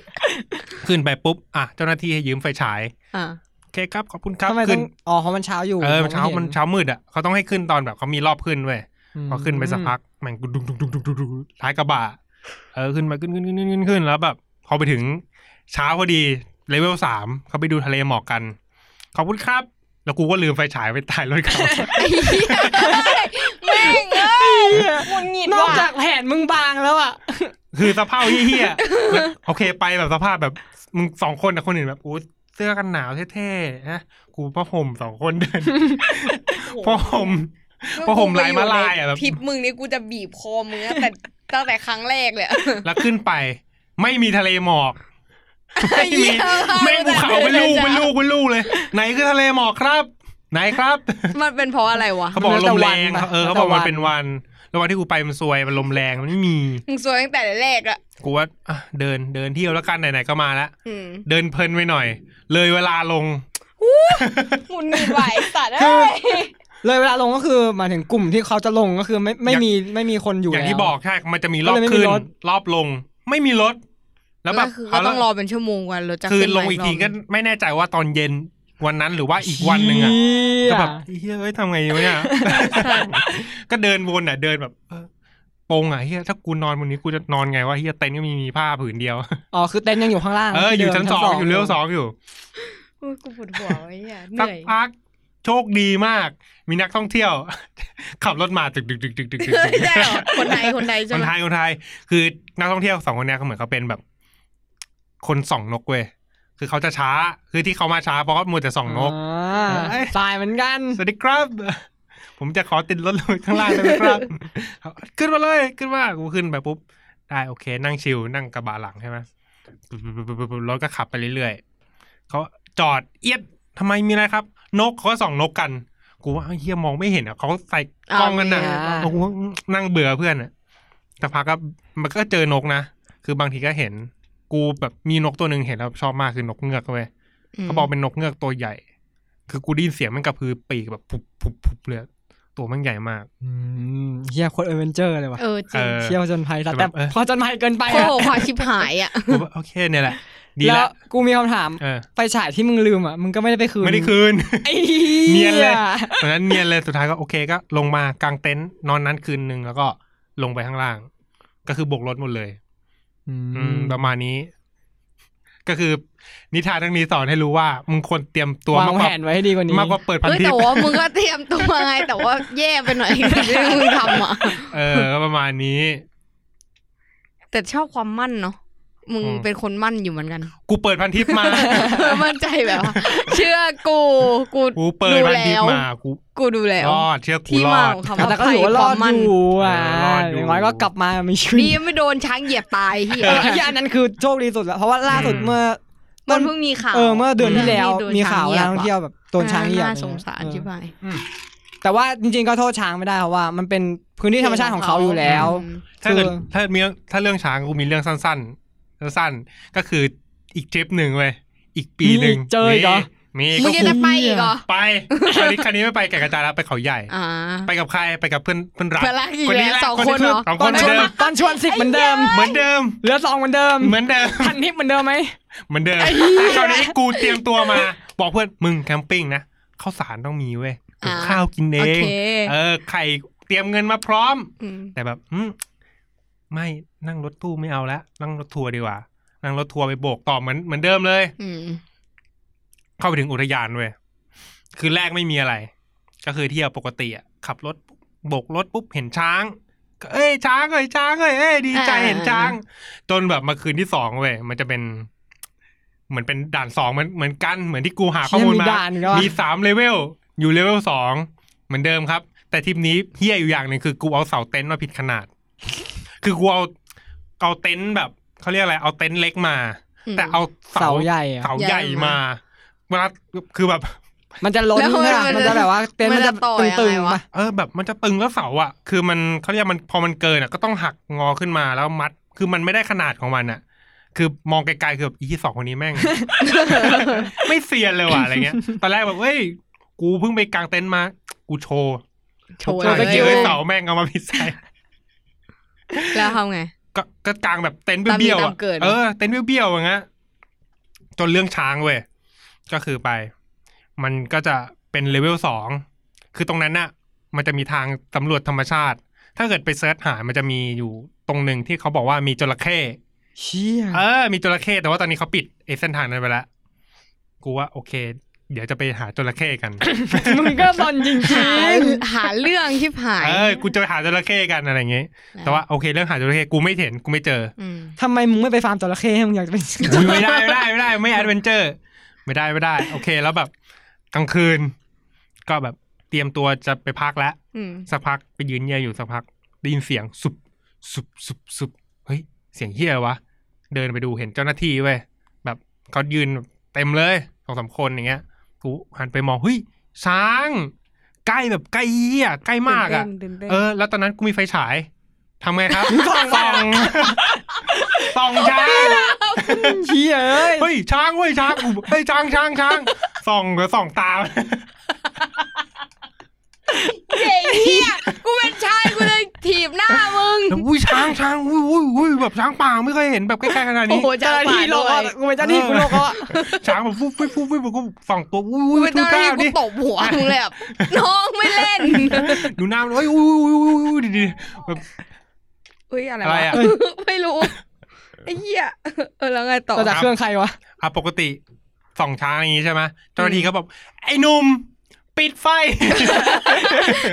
B: ขึ้นไปปุ๊บ อ่ะ เจ้าหน้าที่ให้ยืมไฟฉาย
C: อ่า
B: โอเคครับ ขอบคุณครับ
A: ทำไมต้อ
B: ขึ้
A: น งอ๋อเพราะมันเช้าอยู่
B: เออเช้ามัน
A: ไห็
B: เช้ามืดอ่ะเขาต้องให้ขึ้นตอนแบบเขามีรอบขึ้นเว้ย
A: ม
B: พอขึ้นไปสักพักแม่งดุกดุกดุกดุกดุกดุกดุกท้ายกระบะเออขึ้นมาขึ้นขึ้นขึ้นขึ้นขึ้นขึ้นแล้วแบบพอไปถึงเช้าพอดีเลเวลสามเขาไปดูทะเลหมอกกัน ขอบคุณครับ แล้วกูก็ลืมไฟฉายไปใต้รถเขา
C: แม่งเอ้ยหงุดหงิด
A: นอก
C: ว่ะ
A: จากแผนมึงบางแล้วอ่ะ
B: คือสภาพเฮี้ยๆแล้วโอเคไปแบบสภาพแบบมึงสองคนกับคนอื่นแบบอู้เสื้อกันหนาวเท่ๆนะกูพ่อห่มสองคนเดินพ่อห่ม เพราะผมลายมาลายอะแบบ
C: ทริปมึงนี่กูจะบีบคอมึงตั้งแต่ตั้งแต่ครั้งแรกเลยอะ
B: แล้วขึ้นไป ไม่มีทะเลหมอก ไม่มี
C: เหี้ยมาก
B: แม่งภูเขาเป็นลูกเป็นลูกเป็นลูกเลย ไหนคือทะเลหมอกครับ ไหนครับ
C: มันเป็นเพราะอะไรวะ
B: เขาบอก
A: แล้ว
B: ล
A: แต่
B: ม
A: วั
B: แร
A: น
B: ง
A: นะ
B: เออเขา
A: แล้วแต่
B: บอกมัน
A: วัน
B: เป็นวัน แล้ววันที่กูไปมันซวยมันลมแรงมันไม่มี
C: มึงซวยตั้งแต่แรกอะ
B: กูว่าอ่ะเดินเดินเที่ยวแล้วกันไหนๆก็มาละ
C: อืม
B: เดินเพลินไปหน่อย เลยเวลาลง
C: หงุดหงิดไหวสัตว์เอ้ย
A: เลยเวลาลงก็คือหมายถึงกลุ่มที่เขาจะลงก็คือไม่ไม่
B: อย่าง
A: มีไม่มีคนอยู่
B: อย่างที่
A: แล้ว
B: บอกใช่มันจะมีรอบ
A: ก็เลยไม่มี
B: ขึ้น
A: รถ
B: รอบลง ไม่มีรถ แล้วแบบ
C: ก็คือก็ต้องรอเป็นชั่วโมงกว่าเราจะ
B: คือ
C: ขึ้น
B: ล
C: มาง
B: อีก
C: รบ
B: ทีก็ไม่แน่ใจว่าตอนเย็นวันนั้นหรือว่าอีกวันหนึ่งอะ
A: เหี้ย
B: ก็แบบเฮียเอ้ยทำไงวะเนี่ย ก็เดินวนอ่ะ เดินแบบเออโปงอ่ะเฮียถ้ากูนอนบนนี้กูจะนอนไงวะเฮียเต็นท์ก็มีมีผ้าผืนเดียว
A: อ๋อ คือเต็นท์ยังอยู่ข้างล่าง
B: เออ
A: ที่เดิ
B: อยู่
A: ม
B: ชั้นสองอยู่เลี้ยวสองอยู่
C: โอ้ยกูปวดหัวไอ้เหี้ยเห
B: สัก
C: นื่อย
B: พักโชคดีมาก มีนักท่องเที่ยว ขับรถมาดึกดึกดึกดึกดึกดึก
C: ใช่เหรอคนไทยคนไทย
B: ค
C: ใช่
B: น
C: ไหม
B: ไทยคนไทย คือนักท่องเที่ยวสองคนเนี้ยเขาเหมือนเขาเป็นแบบ คนส่องนกเว้ยคือเขาจะช้าคือที่เขามาช้าเพราะเขามัวแต่ส่องนก เอ้ย
A: ตายเหมือนกัน
B: สวัสดีครับ ผมจะขอติดรถลงข้างล่างได้ไหมครับ ขึ้นมาเลยขึ้นมากูขึ้นไปปุ๊บ ได้โอเค นั่งชิลนั่งกระบะหลังใช่ไหมปุ๊บปุ๊บปุ๊บปุ๊บปุ๊บรถก็ขับไปเรื่อยๆเขาจอดเอียดทำไมมีอะไรครับ นกเขาก็ส่องนกกัน กูว่าเอ้ยเฮียมองไม่เห็นอ่ะเขาใส่กล้องกันนะ
A: เอาเนี่ย
B: กูว่านั่งเบื่อเพื่อนอ่ะแต่พักก็มันก็เจอนกนะ คือบางทีก็เห็น กูแบบมีนกตัวหนึ่งเห็นแล้วชอบมากคือนกเงือกเว้ย เขาบอกเป็นนกเงือกตัวใหญ่ คือกูได้ยินเสียงมันกระพือปีกแบบผุบผุบผุบเลยตัวมันใหญ่มาก
A: เฮียโคนเอเวนเจอร์เลยว่ะ
C: เออจ
B: เอ
C: ริง
B: อ
A: เชี่ยวจนภัยสัตว์
B: แต่
A: แต่
B: แบบเออ
A: พอจนภัยเกินไป
C: โค
A: อะ
C: ตรความชิบหายอ่ะ
B: กูว่าโอเคเนี่ยแหละ ดี
A: แล้
B: แล้ว ว
A: กูมีคำถาม
B: เออ
A: ไฟฉายที่มึงลืมอ่ะ มึงก็ไม่ได้ไปคืน
B: ไม่ได้คืน
A: ไอ้หี้
B: เนียนเลย ตอนนั้นเนียนเลย สุดท้ายก็โอเคก็ลงมากางเต็นท์นอนนั้นคืนหนึ่งแล้วก็ลงไปข้างล่าง ก็คือบวกรถหมดเลย
A: อื
B: อื
A: ม
B: ม ประมาณนี้ ก็คือนิทานเรื่องนี้สอนให้รู้ว่า มึงควรเตรียมตัว
A: วางแผ
B: มากกว่าน
A: ไว้ให้ดีกว่านี้
B: มากกว่าเปิดพัน
C: เฮ้ย
B: ทิป
C: แต่ว่ามึงก็เตรียมตัวไง แต่ว่าแย่ไปหน่อย กับที่มึงทำอ่ะ
B: เออก็ประมาณนี้
C: แต่ชอบความมั่นเนาะมึง
B: อืม
C: เป็นคนมั่นอยู่เหมือนกัน
B: กูเปิดพันทิปมา
C: มั่นใจแบบว่าเชื่อกูกู
B: กูเปิด
C: ดู
B: พันทิป
C: แล้ว
B: มากู
C: กูดูแล้ว
B: รอดเชื่อกู
C: ที่
B: ร
C: มา
B: อด
C: ของคำ
A: อ่ะ
C: ว่า
A: แต่ก็ถือว่ารอด
C: ภัยควมมั่น
A: อยู่อ่ะ
B: เออรอดอยู่
A: อย่างน้อยก็กลับมามีชีวิต
C: ดีไม่โดนช้างเหยียบตายเฮีย
A: เออไอ้เหี้ ยอันนั้นคือโชคดีสุดแล้วเพราะว่าล่าสุด
B: อืม
A: เมื่อ
C: มันเพิ่งมีข่าว
A: เออเมื่อเดือนที่แล้ว
C: โดน
A: มีข่าว
C: ช้
A: นักท่อ
C: งหยียบ
A: ง
C: อะ
A: เที่ยวแบบโดนช้างเหยียบ
C: น่าสงสาร
A: เออ
C: ชิบหาย
A: แต่ว่าจริงๆก็โทษช้างไม่ได้เพราะว่า มันเป็นพื้นที่ธรรมชาติของเขาอยู่แล้ว
B: ถ้าเกิ
A: คื
B: ด
A: อ
B: ถ้ามีถ้าเรื่องช้างกูมีเรื่องสั้นๆ สั้นๆ ก็คืออีกทริปหนึ่งเว้ยอีกปีหนึ่ง
A: มีเจออีกเหรอ
B: มี
C: มึ
B: ก็
C: งยังจะไปอีกเหรอ
B: ไปคราวนี้คราวนี้ไม่ไปแก่งกระจายแล้วไปเขาใหญ่
C: อ่า
B: ไปกับใครไปกับเพื่อนเพื่อนรัก
C: เพื่อนรักอีก
B: คนนี้
C: แล้
B: แห
C: ว
B: ละ
C: สอง
B: คน
C: คน
B: นี้
C: เหรอ
B: สองค
A: ตอน นช
B: เหมือน
A: วน
B: เดิม
A: ตอนชวนสิบเหมือนเดิม
B: เหมือนเดิม
A: เหลือสองเหมือนเดิม
B: เหมือนเดิม
A: พันทิปเหมือนเดิมไหม
B: เหมือนเดิมคราวนี้กูเตรียมตัวมา บอกเพื่อนมึงแคมปิ้งนะข้าวสารต้องมีเว้ย
C: อ่า
B: ข้าวกินเอ
C: โอเค
B: งเออไข่เตรียมเงินมาพร้อม
C: ม
B: แต่แบบอืมไม่นั่งรถตู้ไม่เอาละนั่งรถทัวร์ดีกว่า นั่งรถทัวร์ไปโบกต่อเหมือนเหมือนเดิมเลย
C: อืม
B: เข้าไปถึงอุทยานเว้ยคือแรกไม่มีอะไร ก็คือเที่ยวปกติอะขับรถโบกรถปุ๊บเห็นช้างก็เอ้ยช้างเอ้ยช้างเอ้ยเอ้ยดีใจเห็นช้าง จนแบบมาคืนที่สองเว้ยมันจะเป็น เหมือนเป็นด่านสองเหมือนเหมือนกันเหมือนที่กูหาข้อมูล
A: เชี่ยมี
B: มา
A: ด่านก็
B: สามเลเวลอยู่เลเวลสองเหมือนเดิมครับ แต่ทริปนี้เฮี้ยอยู่อย่างหนึ่งคือกูเอาเสาเต็นท์มาผิดขนาด คือกูเอาเอาเต็นท์แบบเขาเรียกอะไรเอาเต็นท์เล็กมา
C: ม
B: แต่เอาเสา
A: เสาใหญ่อะ
B: เสาใหญ่
C: ใหญ่
B: มาเว
C: มา
B: ลาคือแบบ
A: มันจะล้น
C: แล้ว
A: ใช่ปะ
C: มั
A: มั
C: นจะ
A: นจะแบบว่าเต็นท์
C: มั
A: มัน
C: น
A: จะ
C: จะต่อยัง
A: ตึ
C: ไง
A: งๆ
C: วะ
A: ปะ
B: เออแบบมันจะตึงแล้วเสาอ่ะ คือมันเขาเรียกมันพอมันเกินอ่ะก็ต้องหักงอขึ้นมาแล้วมัด คือมันไม่ได้ขนาดของมันอ่ะ คือมองไกลๆคือแบบอีที่สองคนนี้แม่ง ไม่เซียนเลยว่ะอะไรเงี้ย ตอนแรกแบบเอ้ยกูเพิ่งไปกางเต็นท์มา กูโชว์
C: โชว์
B: โชว์
C: เล
B: สกิลไอ้
C: ย
B: เสาแม่งเอามาพิซซ่า
C: แล้วทำไง
B: ก็ก็กลางแบบเต็นท์
C: ตามมี
B: เบี้ยวๆ
C: ตา
B: อะ
C: มเกิด
B: เออเต็นท์เบี้ยวๆอย่างเงี้ยจนเรื่องช้างเว้ยก็คือไป มันก็จะเป็นเลเวลสองคือตรงนั้นน่ะ มันจะมีทางตำรวจธรรมชาติ ถ้าเกิดไปเซิร์ชหามันจะมีอยู่ตรงหนึ่งที่เขาบอกว่ามีจระเข้
A: เชี่ย
B: เออ มีจระเข้แต่ว่าตอนนี้เขาปิดไอ้เส้นทางนั้นไปแล้ว กูว่าโอเค เดี๋ยวจะไปหาจระเข้กัน
A: มึงก็ซอนจริง
C: หาหาเรื่องชิบหาย
B: เออ กูจะไปหาจระเข้กันอะไรอย่างเงี้ย แต่ว่าโอเคเรื่องหาจระเข้กูไม่เห็นกูไม่เจอ
C: อืม
A: ๆทำไมมึงไม่ไปฟาร์มจระเข้ให้มึงอยากจะเป็น
B: อุ๊ยไม่ได้ไม่ได้ไม่ได้ไม่แอดเวนเจอร์ไม่ได้ไม่ได้ โอเคแล้วแบบกลางคืน ก็แบบเตรียมตัวจะไปพักแล้ว
C: อืม
B: สักพักไปยืนเงียอยู่สักพักได้ยินเสียงสุบสุบสุบสุบเฮ้ยเสียงเฮียวะ เดินไปดูเห็นเจ้าหน้าที่เว้ยแบบเขายืนเต็มเลยสองสามคนอย่างเงี้ยกูหันไปมองเฮ้ยช้างใกล้แบบใกล้เฮียใกล้มากอะเออ แล้วตอนนั้นกูมีไฟฉายทำไงครับ ส่องส่องช้าง
A: เชี่ยเอ้ย
B: เฮ้ยช้างเว้ยช้าง กูเฮ้ยช้างช้างช้างส่องก็ส่องตาม
C: เจ๋งเฮียกูเป็นชายกูเลยถีบหน้ามึง
B: แล้วอุ้ยช้างช้างอุ้ยอุ้ยอุ้ยแบบช้างป่าไม่เคยเห็นแบบใกล้ๆขนาด
C: โอ้
B: นี้
C: โห
A: เจ้า
C: จ้า
A: หน้าที่
C: ที่
A: โล
C: โล
A: กอ่ะกูเป็นเจ้าหน้าที่กูโลกอ่ะ
B: ช้างแบบฟุ๊บฟุ๊บฟุ๊บฟุ๊บกูส่องตัวอุ้ย
C: กู
B: อุ้
C: เป็
B: ย
C: น
B: ดู
C: เจ้าห
B: ห
C: น้า
B: น้า
C: ที่
B: ดิ
C: กูตบหัวมึงเลยแบบน้องไม่เล่น
B: ดูหน้ามันเฮ้ยอุ้ยอุ้ยอุ้ยอุ้ยดิดิแบบ
C: อุ้ยอะไร
B: อะไร
C: วะ
B: อะ
C: ไม่รู้ไอ้เหี้ยเออแล้วไงต่อ
A: ต่อจากเครื่องใครวะ
B: อ่ะปกติส่องช้างอย่างนี้ใช่ไหมเจ้าหน้าที่เขาบอกไอ้หนุ่มปิดไฟ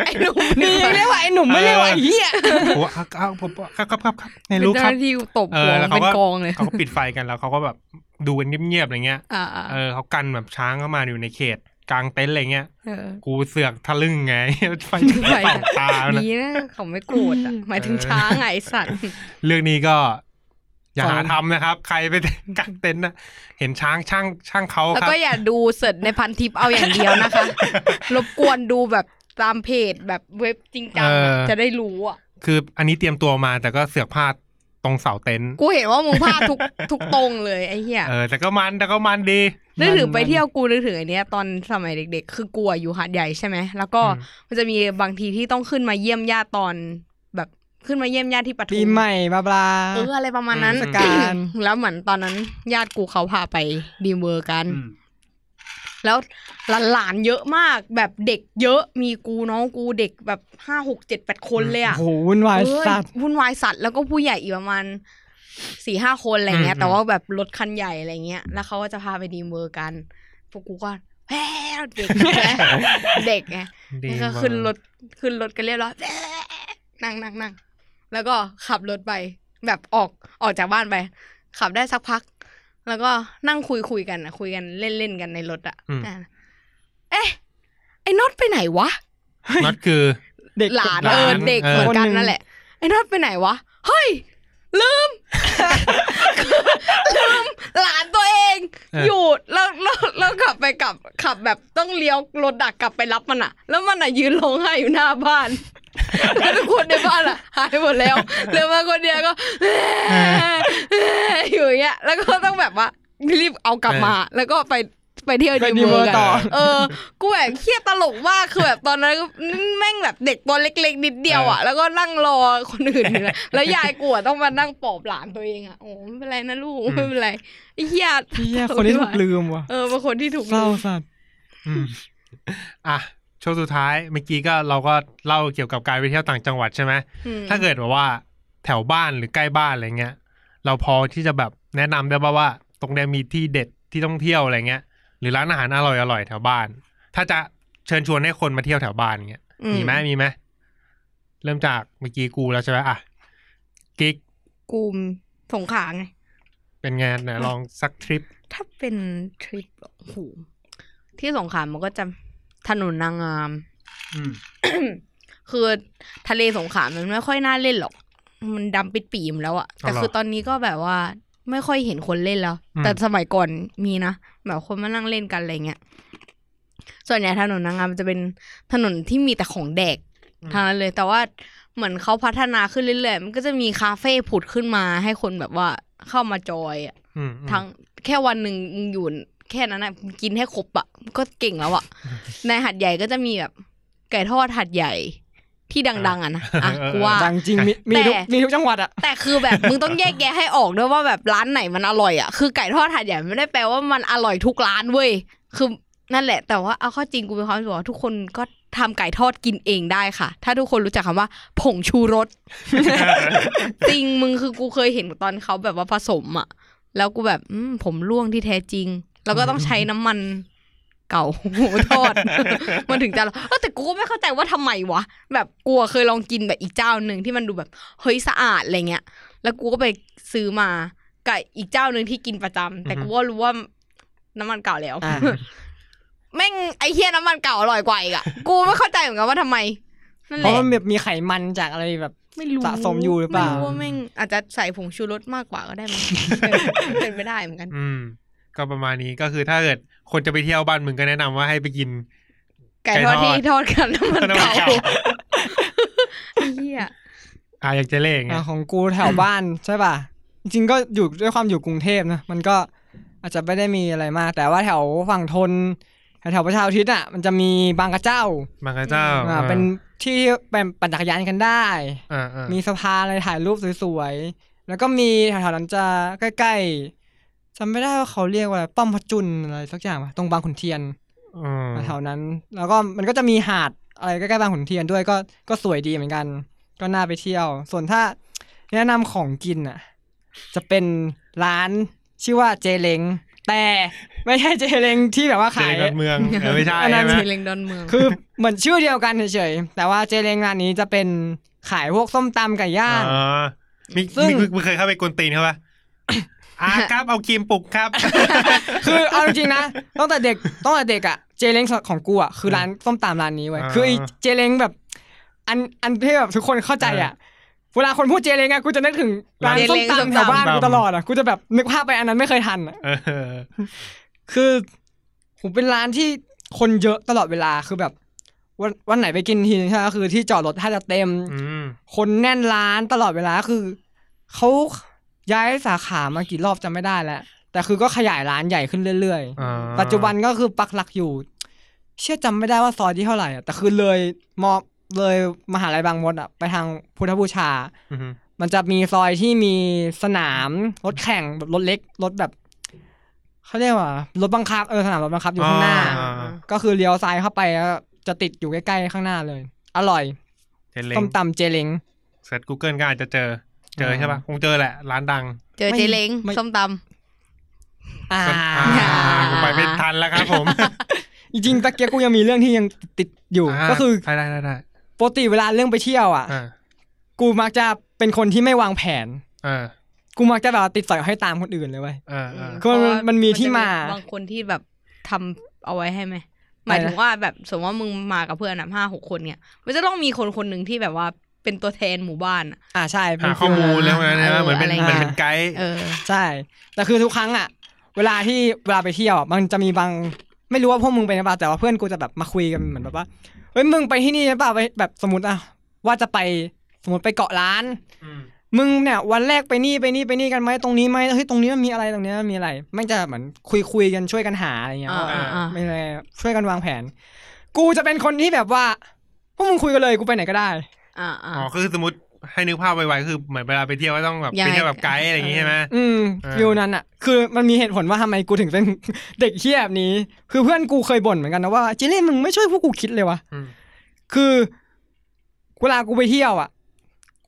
C: ไอ้หนุ่ม
A: นี่ยังเรียกว่าไอ้หนุ่มไม่เรียกว่าไอ้เหี้ย
B: โอ้เอาเอาผมครับครับครับครับใน
C: เป็น
B: รู้ครั
C: เจ้า
B: บ
C: หน้าที่กูตบ
B: เอ
C: หัว
B: อแล้ว
C: เป็
B: เขา
C: น
B: ก็
C: กองเลย
B: เขาก็ปิดไฟกันแล้วเขาก็แบบดูกันเงียบๆอะไรเงี้ย
C: อ่า
B: เออเขากันแบบช้างเข้ามาอยู่ในเขตกลางเต็นท์อะไรเงี้ย
C: ๆเออ
B: กูเสือกทะลึ่งไง ไฟ
C: ไฟ
B: ส่องตานะ
C: ดีนะเขาไม่โกรธอะหมายถึง
B: เออ
C: ช้างไงไอ้สัตว์
B: เรื่องนี้ก็อย่าหา
A: สอน
B: ทำนะครับ ใครไปกางเต็นท์นะเห็นช้างช่างช่างเขา
C: แล้ว
B: ครับ
C: ก็อย่าดูเสิร์ชในพันทิปเอาอย่างเดียวนะคะ รบกวนดูแบบตามเพจแบบเว็บจริงจังอะ
B: เออ
C: จะได้รู้อ่ะ
B: คืออันนี้เตรียมตัวมาแต่ก็เสือกพลาดตรงเสาเต็นท์
C: กูเห็นว่ามึงพลาดทุก ทุกตรงเลยไอ้เหี้ย
B: เออแต่ก็มันแต่ก็มันดี
C: นึกถึงไปเที่ยวกูนึกถึงไอเนี้ยตอนสมัยเด็ก ๆ คือกลัวอยู่หาดใหญ่ใช่ไหมแล้วก็
B: อืม
C: มันจะมีบางทีที่ต้องขึ้นมาเยี่ยมญาติตอนแบบขึ้นมาเยี่ยมญาติที่ปทุ
A: ปี
C: ม
A: ใหม่บลาบลา
C: เอออะไรประมาณนั้น
A: เทศกาล
C: แล้วเหมือนตอนนั้นญาติกูเขาพาไปดีมเวอร์กัน
B: อืม
C: แล้วหลานๆเยอะมากแบบเด็กเยอะมีกูน้องกูเด็กแบบห้าหกเจ็ดแปดคนเลยอ่ะ
A: โอ้โหวุ่นวาย
C: เอ้ย
A: สัตว์
C: วุ่นวายสัตว์แล้วก็ผู้ใหญ่อีกประมาณสี่ห้าคนอะไรเงี้ย
B: อืม
C: แต่ว่าแบบรถคันใหญ่อะไรเงี้ย แล้วเขาก็จะพาไปดีมเวอร์กันพวกกูก็แพ้วเด็กแว้วเด็กไง
B: ดี
C: แล้วก็
B: มาก
C: ขึ้นรถขึ้นรถกันเรียบร้ อยแว้วนั่งนั่งนั่งแล้วก็ขับรถไป แบบออกออกจากบ้านไป ขับได้สักพัก แล้วก็นั่งคุยคุยกันอะคุยกันเล่นเล่นๆกันในรถอะ
B: อืม
C: อ่ะเอ๊ะไอ้น็อตไปไหนวะ
B: น็อตคือ
A: เด็ก
C: หลาน
B: หลาน
C: เออเด็ก
B: เออ
C: เหมือนกัน
A: คนหนึ่
C: นั่น
A: ง
C: แหละ ไอ้นอดไปไหนวะ เฮ้ย ลืม ลืมหลานตัวเอง
B: เออ
C: อ
B: อ
C: ยู่แล้วแล้วแล้วขับไปกลับขับแบบต้องเลี้ยวรถดักกลับไปรับมันอะแล้วมันอะยืนร้องไห้อยู่หน้าบ้านแล้วทุกคนในบ้านอะหายหมดแล้วเหลือมาคนเดียวก็ อยู่อย่างเงี้ยแล้วก็ต้องแบบว่ารีบเอากลับมา แล้วก็ไปไปเที่ยว
A: ไป
C: ดี
A: ดีเว
C: เว
A: อ
C: อ
A: ร์
C: ร์กัน
A: ต่อ
C: เออ กูแบบเครียดตลกมาก คือแบบตอนนั้นแม่งแบบเด็กตัวเล็ก ๆ นิดเดียวอ่ะ แล้วก็นั่งรอคนอื่นอยู่นะแล้วยายกูอะต้องมานั่งปลอบหลานตัวเองอ่ะ โอ้ไม่เป็นไรนะลูก
B: อืม
C: ไม่เป็นไรไอ้เหี้ย
A: เหี้ยคนที่ถูกลืมว่ะ
C: เออเป็นคนที่ถูก
A: เศร้าสัตว์
B: อืมอ่ะช่วงสุดท้ายเมื่อกี้ก็เราก็เล่าเกี่ยวกับการไปเที่ยวต่างจังหวัดใช่ไหม
C: อืม
B: ถ้าเกิดแบบว่าแถวบ้านหรือใกล้บ้านอะไรเงี้ย เราพอที่จะแบบแนะนำได้ป่าว่า ตรงเนี้ยมีที่เด็ดที่ต้องเที่ยวอะไรเงี้ย หรือร้านอาหารอร่อยอร่อยๆแถวบ้าน ถ้าจะเชิญชวนให้คนมาเที่ยวแถวบ้านเงี้ยมีไหมมีไหมเริ่มจากเมื่อกี้กูแล้วใช่ไหมอ่ะกิ๊ก
C: กูมสงขลาไง
B: เป็นไงไหนลองสักทริป
C: ถ้าเป็นทริปโอ้โหที่สงขลามันก็จะถนนนางงาม
B: อืม
C: คือทะเลสงขลามันไม่ค่อยน่าเล่นหรอก มันดำปิดปีมแล้วอะแต่
B: เอาเหรอ
C: คือตอนนี้ก็แบบว่า ไม่ค่อยเห็นคนเล่นแล้ว
B: อืม
C: แต่สมัยก่อนมีนะแบบคนมานั่งเล่นกันอะไรเงี้ย ส่วนใหญ่ถนนนางงามมันจะเป็นถนนที่มีแต่ของแดกทางนั้นเลย แต่ว่าเหมือนเขาพัฒนาขึ้นเรื่อยๆ มันก็จะมีคาเฟ่ผุดขึ้นมาให้คนแบบว่าเข้ามาจอยอะ
B: อืม
C: ทั้งแค่วันหนึ่งมึงอยู่แค่นั้นนะมึงกินให้ครบอะก็เก่งแล้วอะในหัดใหญ่ก็จะมีแบบไก่ทอดหัดใหญ่ ที่ดัง ๆอ่ะนะอ่ะกูว่า
A: ดังจริงมีมีทุก
C: แต่
A: มีทุกจังหวัดอะ
C: แต่คือแบบ มึงต้องแยกแยะให้ออกด้วยว่าแบบร้านไหนมันอร่อยอ่ะคือไก่ทอดถาดใหญ่ไม่ได้แปลว่ามันอร่อยทุกร้านเว้ยคือนั่นแหละ แต่ว่าเอาเข้อจริงกูมีความรู้สึกว่าทุกคนก็ทำไก่ทอดกินเองได้ค่ะ ถ้าทุกคนรู้จักคำว่า ผงชูรส จริงมึงคือกูเคยเห็นตอนเขาแบบว่าผสมอ่ะ แล้วกูแบบอืมผมร่วงที่แท้จริง แล้วก็ต้องใช้น้ำมัน เก่า ทอด มันถึงจะเออแต่กูก็ไม่เข้าใจว่าทำไมวะ แบบกูอะเคยลองกินแบบอีกเจ้าหนึ่งที่มันดูแบบเฮ้ยสะอาดอะไรเงี้ย แล้วกูก็ไปซื้อมากับอีกเจ้าหนึ่งที่กินประจำแต่
B: อือฮึ
C: กูก็รู้ว่าน้ำมันเก่าแล้ว
A: อ่า
C: แม่งไอเฮียน้ำมันเก่าอร่อยกว่าอีกอะกูไม่เข้าใจเหมือนกันว่าทำไมนั่น
A: เพ
C: แห
A: ราะ
C: ละ
A: มันแบบมีไขมันจากอะไรแบบ
C: ไม่รู้
A: สะสมอยู่หรือเปล่า
C: ไม่รู้ว่าแม่งอาจจะใส่ผงชูรสมากกว่าก็ได้มั้ง เป็นไม่ได้เหมือนกัน
B: อืม ก็ประมาณนี้ก็คือถ้าเกิดคนจะไปเที่ยวบ้านมึงก็แนะนำว่าให้ไปกิน
C: ไก่ทอด
B: ไก่ทอด
C: ที่ทอดกับน้ำมันเก่าไอ้เฮีย
B: อ่ะอยากจะเล่งไง
A: อ่ะของกูแถวบ้าน ใช่ป่ะ จริงๆก็อยู่ด้วยความอยู่กรุงเทพนะ มันก็อาจจะไม่ได้มีอะไรมาก แต่ว่าแถวฝั่งทน แถวประชาอุทิศอ่ะ มันจะมีบางกระเจ้า
B: มังกรเจ้า
A: อ่าเป็นที่ที่เป็นปั่นจักรยานกันได้
B: อ่าอ่า
A: มีสะพานอะไรถ่ายรูปสวยๆ แล้วก็มีแถวๆนั้นจะใกล้ๆจำไม่ได้ว่าเขาเรียกว่าอะไรป้อมพระจุนอะไรสักอย่างปะตรงบางขุนเทียน
B: อืม
A: แถวนั้น แล้วก็มันก็จะมีหาดอะไรใกล้ๆบางขุนเทียนด้วยก็ก็สวยดีเหมือนกัน ก็น่าไปเที่ยว ส่วนถ้าแนะนำของกินอ่ะ จะเป็นร้านชื่อว่าเจเลงแต่ไม่ใช่เจเลงที่แบบว่า
B: เจ
A: ขาย
B: ริญดอนเมืองเออไม่ใช่
A: อันนั้
B: ใช่
A: น
B: ไหม
C: เชลงดอนเมือง
A: คือเหมือนชื่อเดียวกันเฉยๆแต่ว่าเจเลงร้านนี้จะเป็นขายพวกส้มตำไก่ย่าง
B: อ๋อมี
A: ซึ่ง
B: มีมึงเคยเข้าไปกวนตีนเขาปะอ่ะครับเอาครีมปลุก ครับ
A: คือเอาจริงๆนะตั้งแต่เด็กตั้งแต่เด็กอะเจเล้งของกูอะคือร้านส้มตำร้านนี้เว้ย
B: อ่า
A: คือไอ้เจเล้งแบบ อันอันที่แบบทุกคนเข้าใจอะเวลาคนพูดเจเล้งอะกูจะนึกถึงร้านส้ม
C: เจเล้งส้ม
A: ตำ
C: ตำ
A: แถวบ้านกู
B: ส้มตำ
A: ตลอดอะกูจะแบบนึกภาพไปอันนั้นไม่เคยทันอะ
B: เออ
A: คือผมเป็นร้านที่คนเยอะตลอดเวลาคือแบบวันวันไหนไปกินทีนึงใช่ไหมคือที่จอดรถถ้าจะเต็ม
B: อืม
A: คนแน่นร้านตลอดเวลาคือเขาย้ายสาขามากี่รอบจำไม่ได้แล้วแต่คือก็ขยายร้านใหญ่ขึ้นเรื่อย
B: อ่า
A: ปัจจุบันก็คือปักหลักอยู่ เชื่อจำไม่ได้ว่าซอยที่เท่าไหร่อะแต่คือเลยมอเลยมหาลัยบางมดอะไปทางพุทธบูชา
B: อืม
A: มันจะมีซอยที่มีสนามรถแข่งแบบรถเล็กรถแบบเขาเรียกว่ารถบังคับเออสนามรถบังคับอยู่ข้างหน้า
B: อ่า
A: ก็คือเลี้ยวซ้ายเข้าไปแล้วจะติดอยู่ใกล้ๆข้างหน้าเลย อร่อย
B: เจริญ
A: ต้มตำเจเล้ง
B: เสิร์ช Google ก็อาจจะเจอ เจอใช่ปะ
A: อ่า
B: คงเจอแหละร้านดัง
C: เจอเจเลง
A: ไม่
C: ส้มต
A: อ่า
B: อ่าผมไปไม่ทันแล้วครับผม
A: จริงๆตะเกียกกูยังมีเรื่องที่ยังติดอยู่
B: า
A: ก็คือ
B: ได้ได้ได้
A: ปกติเวลาเรื่องไปเที่ยวอ่ะ
B: อ่า
A: กูมักจะเป็นคนที่ไม่วางแผน
B: อ่า
A: กูมักจะแบบติดสอยให้อยตามคนอื่นเลยเว้ย
B: อ่าอ่า
C: ำ
A: ก็มัน
C: เพราะว่า
A: มันมีที่มา
C: บางคนที่แบบทำเอาไว้ให้ไหมหมายถึงว่าแบบสมมติว่ามึงมากับเพื่อนอ่ะห้าหกคนเนี่ย มันจะต้องมีคนคนหนึ่งที่แบบว่าเป็นตัวแทนหมู่บ้านอะ
A: อ่าใช่
B: หา
A: เป็น
B: ข้อมูล
A: ฟิ
B: แล้ว
A: นั้น
B: นะนะเหมือนเป็น
C: อะไรอ
B: เหมืองน
C: ย่าเงี้ย
B: เป็นไกด์
C: เออ
A: ใช่ แต่คือทุกครั้งอ่ะ เวลาที่เวลาไปเที่ยวอะมันจะมีบาง ไม่รู้ว่าพวกมึงเป็นหรือเปล่าแต่ว่าเพื่อนกูจะแบบมาคุยกันเหมือนแบบว่า เฮ้ยมึงไปที่นี่หรือเปล่าไปแบบสมมติอ่ะว่าจะไปสมมติไปเกาะล้าน มึงเนี่ยวันแรกไปนี่ไปนี่ไปนี่กันไหมตรงนี้ไหมเฮ้ยตรงนี้มันมีอะไรตรงนี้มันมีอะไรแม่งจะเหมือนคุยคุยกันช่วยกันหาอะไรเงี้ย
C: อ่า
A: ว่า
B: อ่า
A: ไม่อะไรช่วยกันวางแผน กูจะเป็นคนที่แบบว่าพวกมึงคุยกันเลยกูไปไหนก็ได้
C: ่า
B: อ๋
C: อ่า
B: อคือสมมติให้นึกภาพไวๆคือเหมือนเวลาไปเที่ยวก็ต้องแบบ
C: ยัง
B: ไป
C: ไง
B: เที่ยวแบบไกด์อะไรอย่างงี้ใช่ไหม
A: อืม
B: อ่า
A: ฟิลนั้นอ่ะ คือมันมีเหตุผลว่าทำไมกูถึงเป็น เด็กเฮี้ยแบบนี้ คือเพื่อนกูเคยบ่นเหมือนกันนะว่าจิเล่นมึงไม่ช่วยพวกกูคิดเลยวะ
B: อืม
A: คือเวลากูไปเที่ยวอ่ะ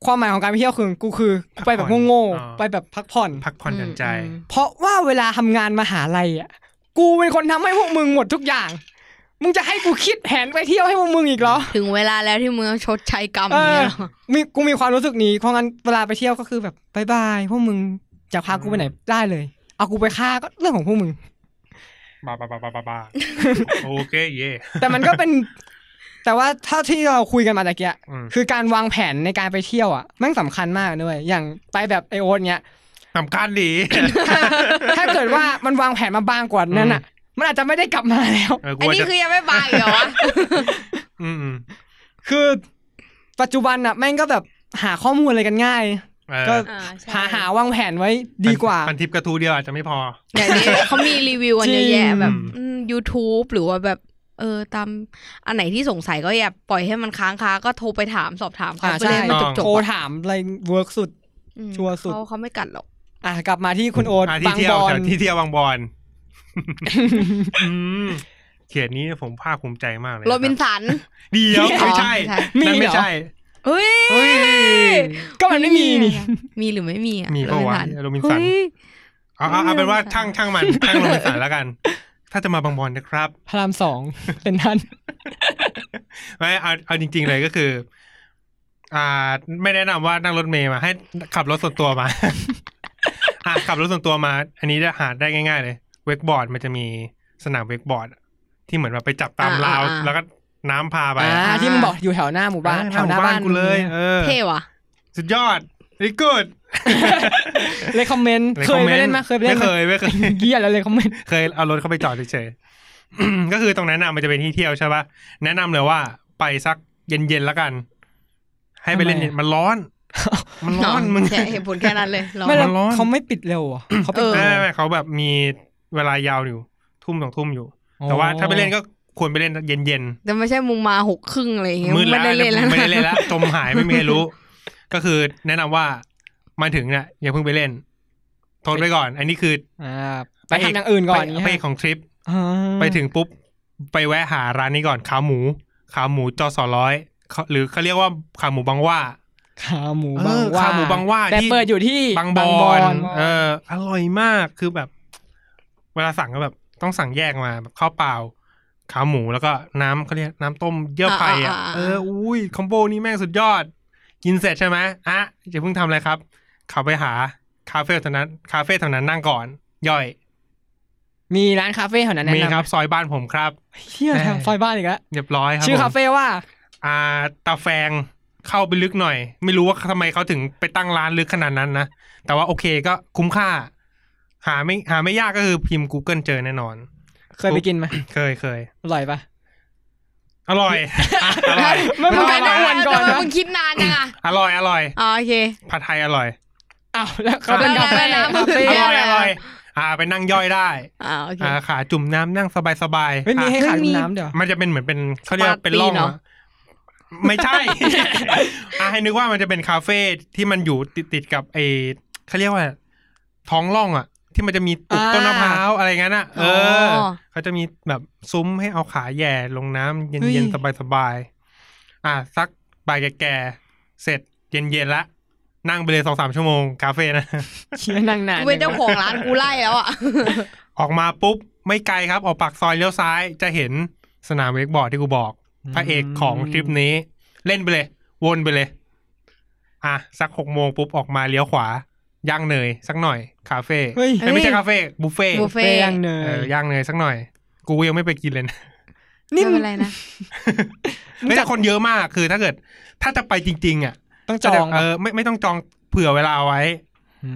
A: ความหมายของการไปเที่ยวคือกูคือกูไปแบบโง่ๆไปแบบพักผ่อน
B: พักผ่อนหย่อนใจ
C: อืม
A: เพราะว่าเวลาทำงานมหาลัยอ่ะ กูเป็นคนทำให้พวกมึงหมดทุกอย่าง มึงจะให้กูคิดแผนไปเที่ยวให้พวกมึงอีกเหรอ
C: ถึงเวลาแล้วที่มึงต้องชดใช้กรรม
A: เอ
C: เนี่
A: อ
C: ยเหรอ
A: มีกูมีความรู้สึกนี้ เพราะงั้นเวลาไปเที่ยวก็คือแบบบายบายพวกมึงจะพากูไปไหนได้เลย เอากูไปฆ่าก็เรื่องของพวกมึง
B: บ้าบ้าบ้าบ้าบ้าบ้า โอเคเย่
A: แต่มันก็เป็น แต่ว่าถ้าที่เราคุยกันมาตะเกีย
B: อืม
A: คือการวางแผนในการไปเที่ยวอ่ะแมันสำคัญมากด้วยอย่างไปแบบไอโอ๊ตเนี้ย
B: สำคัญ ดี
A: ถ้าถ้าเกิดว่ามันวางแผนมาบางกว่านั้นอ่ะ มันอาจจะไม่ได้กลับมาแล้ว
B: เออก
C: อั
B: ลั
C: น
B: ว
C: นี้
B: จะ
C: คือยังไม่บายเหรอวะ
B: อืมอืม
A: คือปัจจุบันน่ะแม่งก็แบบหาข้อมูลอะไรกันง่าย
B: เออ
A: ก็
C: อ่าใช่
A: หาหาวางแผนไว้ดีกว่า
B: พันทิปกระทูเดียวอาจจะไม่พอ
C: เดี๋ยวนี้เขามีรีวิวกันเยอะแยะ
A: จริง
C: แบบ
B: อืม
C: อืม YouTube หรือว่าแบบ เออตามอันไหนที่สงสัยก็อย่าปล่อยให้มันค้างคาก็โทรไปถามสอบถามเขา
A: อ่า
C: ไปเลย
A: ใช่
C: ให้มันจบจบ
A: โทรถามอะไรเวิร์กสุด ชัวร์สุด
C: เขาเขาไม่กัดหรอก
A: อ่ะกลับมาที่คุณโอ๊ต
B: อ่ะที่
A: บาง
B: เที่ย
A: บ
B: ว
A: อ
B: แถ
A: ล
B: วที่เที่ยวบางบ อนอืมเขียนนี้ผมภาคภูมิใจมากเลยะค
C: โร
B: รับ
C: บินสัน
B: เดียวไม่ใช่
C: อ๋อ
B: นั่นไม่ใช่
C: เฮ้ย
B: เฮ้ย
A: ก็มันไม่มีนี่
C: มีหรือไม่มีอะ
B: มีปะวะ
C: โร
B: โร
C: บิ
B: บิ
C: น
B: น
C: สั
B: สั
C: น
B: น
C: เฮ้ย
B: เอาเอาเอาเป็นว่า
C: โรบินสัน
B: ช่างช่างมันช่างโรบินสันแล้วกัน ถ้าจะมาบางบอนนะครับ
A: พระรามสองเป็นท่าน
B: ไม่เอาเอาจริง ๆ เลยก็คือ อ่า ไม่แนะนำว่านั่งรถเมย์มา ให้ขับรถส่วนตัวมา อ่ะขับรถส่วนตัวมา อันนี้จะหาได้ง่าย ๆ เลย เวกบอร์ดมันจะมีสนามเวกบอร์ด ที่เหมือนแบบไปจับตาม
C: อ่าร
B: าว
C: อ่า
B: แล้วก็น้ำพาไป
A: อ่าที่มึงบอกอยู่แถวหน้าหมู่บ้าน
B: เออ
A: แถวหน้าบ้าน
B: กูเลย เออ
C: เท่ว่ะ
B: สุดยอดดีกูด
A: เลยคอมเมนต์ เคยไปเล่นไหมเคยไปเล่น
B: ไม่
A: ไหม
B: เคยไม่เคย
A: เกียแล้วเลยคอมเมนต์
B: เคยเอารถเข้าไปจอดเฉยๆ ก็คือตรงนั้นน่ะมันจะเป็นที่เที่ยวใช่ปะแนะนำเลยว่าไปสักเย็นๆแล้วกัน ให้ไปเล่นเย็นมันร้อน มัน ร้อนมึง
C: แค่เหตุผลแค่นั้นเลยร้อน
A: ไม่แล้ว
B: มันร้อน
A: เขาไม่ปิดเร็วเหรอเขาปิด
B: ไม่
A: เร็ว
B: ไม่ไม่เขา แบบมีเวลายาวอยู่ ทุ่มสองทุ่มอยู่
A: อ๋อ
B: แต่ว่าถ้าไปเล่นก็ควรไปเล่นเย็น
C: แต่ไม่ใช่มึงมาหกครึ่งอะไรอย่างเงี้ย
B: ๆมืดแล้ว
C: ไม่ได้เล่นแล้ว
B: ไม่ได้เล่น
C: นะ
B: แล้วจมหายไม่มีใครรู้ ก็คือแนะนำว่ามาถึงเนี่ยอย่าเพิ่งไปเล่นทนไว้ก่อน อันนี้คือ
A: อ่าไปทำอย่างอื่นก่อน
B: ไป
A: เงี้ย
B: ของทริป
A: อ่า
B: ไปถึงปุ๊บ ไปแวะหาร้านนี้ก่อนขาหมู ขาหมูจอสอร้อยเขาหรือเขาเรียกว่าขาหมูบางหว่า
A: ขาห
B: เอบ
A: มูาง
B: อ
A: ว่า
B: ขาหมูบางหว่า
A: แต่
B: ที่
A: เปิดอยู่ที่
B: บางบ
A: อ
B: อน
A: ล
B: เอออร่อยมากคือแบบ เวลาสั่งก็แบบ ต้องสั่งแยกมาแบบข้าวเปล่า ขาหมูแล้วก็น้ำเขาเรียกน้ำต้มเยื่อไผ่อ่ะเอออุ้ยคอมโบนี้แม่งสุดยอด กินเสร็จใช่ไหมอ่ะจะเพิ่งทำอะไรครับขับไปหาคาเฟ่เท่านั้น คาเฟ่เท่านั้นนั่งก่อน ย่อย
A: มีร้านคาเฟ่แถวนั้นแนะ
B: มี
A: นำ
B: ครับซอยบ้านผมครับ
A: เที่ยแถวซอยบ้านอีกแล้ว
B: เรียบร้อยครับ
A: ชื่อ
B: ผม
A: คาเฟ่ว่า
B: อ่าตาแฟงเข้าไปลึกหน่อย ไม่รู้ว่าทำไมเขาถึงไปตั้งร้านลึกขนาดนั้นนะ แต่ว่าโอเคก็คุ้มค่า หาไม่หาไม่ยากก็คือพิมพ์ Google เจอแน่นอน
A: เคยไปกินไหม
B: เคยเคย
A: อร่อยปะ
B: อร่อย อ่ะอร่อย
A: ไม่ไม่ไม่ไม่
B: อร่อย
A: ก่อนนะ
C: แต่ว่ามึงคิดนานจังอะ
B: อร่อยอร่อย
C: อ๋อโอเค
B: ผัดไทยอร่อย
A: อ้าวแล้วเขาเป็น
C: ได้
A: คาเฟ่
C: ได้
A: คาเฟ่
B: อร่อย
C: ได้ได้
B: อร่อย อ่าไปนั่งย่อยได้
C: อ๋อโอเค
B: อ่าขาจุ่มน้ำนั่งสบายสบายๆ
A: ไม่มีให้
B: อ่ะ
A: ขาย
C: มี
A: น้ำเดี๋ยว
B: มันจะเป็นเหมือนเป็นเขาเรียกว่าเป็นร่อง
C: ปาร์ตี้เน
B: อ
C: อะ
B: ะไม่ใช่ อ่าให้นึกว่ามันจะเป็นคาเฟ่ที่มันอยู่ติดติดๆกับไอเขาเรียกว่า ท้องร่องอ่ะ ที่มันจะมีตุก
A: อ่า
B: ต้นมะพร้าวอะไรงั้นอ่ะ เออ
C: อ
B: เขาจะมีแบบซุ้มให้เอาขาแหย่ลงน้ำเย็นๆสบายๆอ่ะสักบ่ายแก่ๆเสร็จเย็นๆละนั่งไปเลยสองสามชั่วโมงคาเฟ่นะ
A: เชี่ยนั่งนาน
C: กูเป็นเจ้าของร้านกูไล่แล้วอ่ะ
B: ออกมาปุ๊บ ไม่ไกลครับ ออกปากซอยเลี้ยวซ้ายจะเห็นสนามเวกบอร์ดที่กูบอก พระเอกของทริปนี้ เล่นไปเลย วนไปเลย อ่ะ สักหกโมงปุ๊บ ออกมาเลี้ยวขวา ย่างเนย สักหน่อย คาเฟ่
A: เฮ้ย
B: เอ้ยไม่ใช่คาเฟ่บุฟเฟ่
C: บุฟเฟ่
A: เฟ่
C: ต์
A: ยังเน
B: เอย อย่างเนยสักหน่อย กูยังไม่ไปกินเลยนะ
A: นี่
C: ไม่
A: มั
C: เป็น นไรนะ
B: ไม่ใช่คนเยอะมากคือถ้าเกิด ถ้าจะไปจริง ๆ อ่ะ
A: ต้องจอง
B: เออไม่ไม่ต้องจองเผื่อเวลาเอาไว้ อื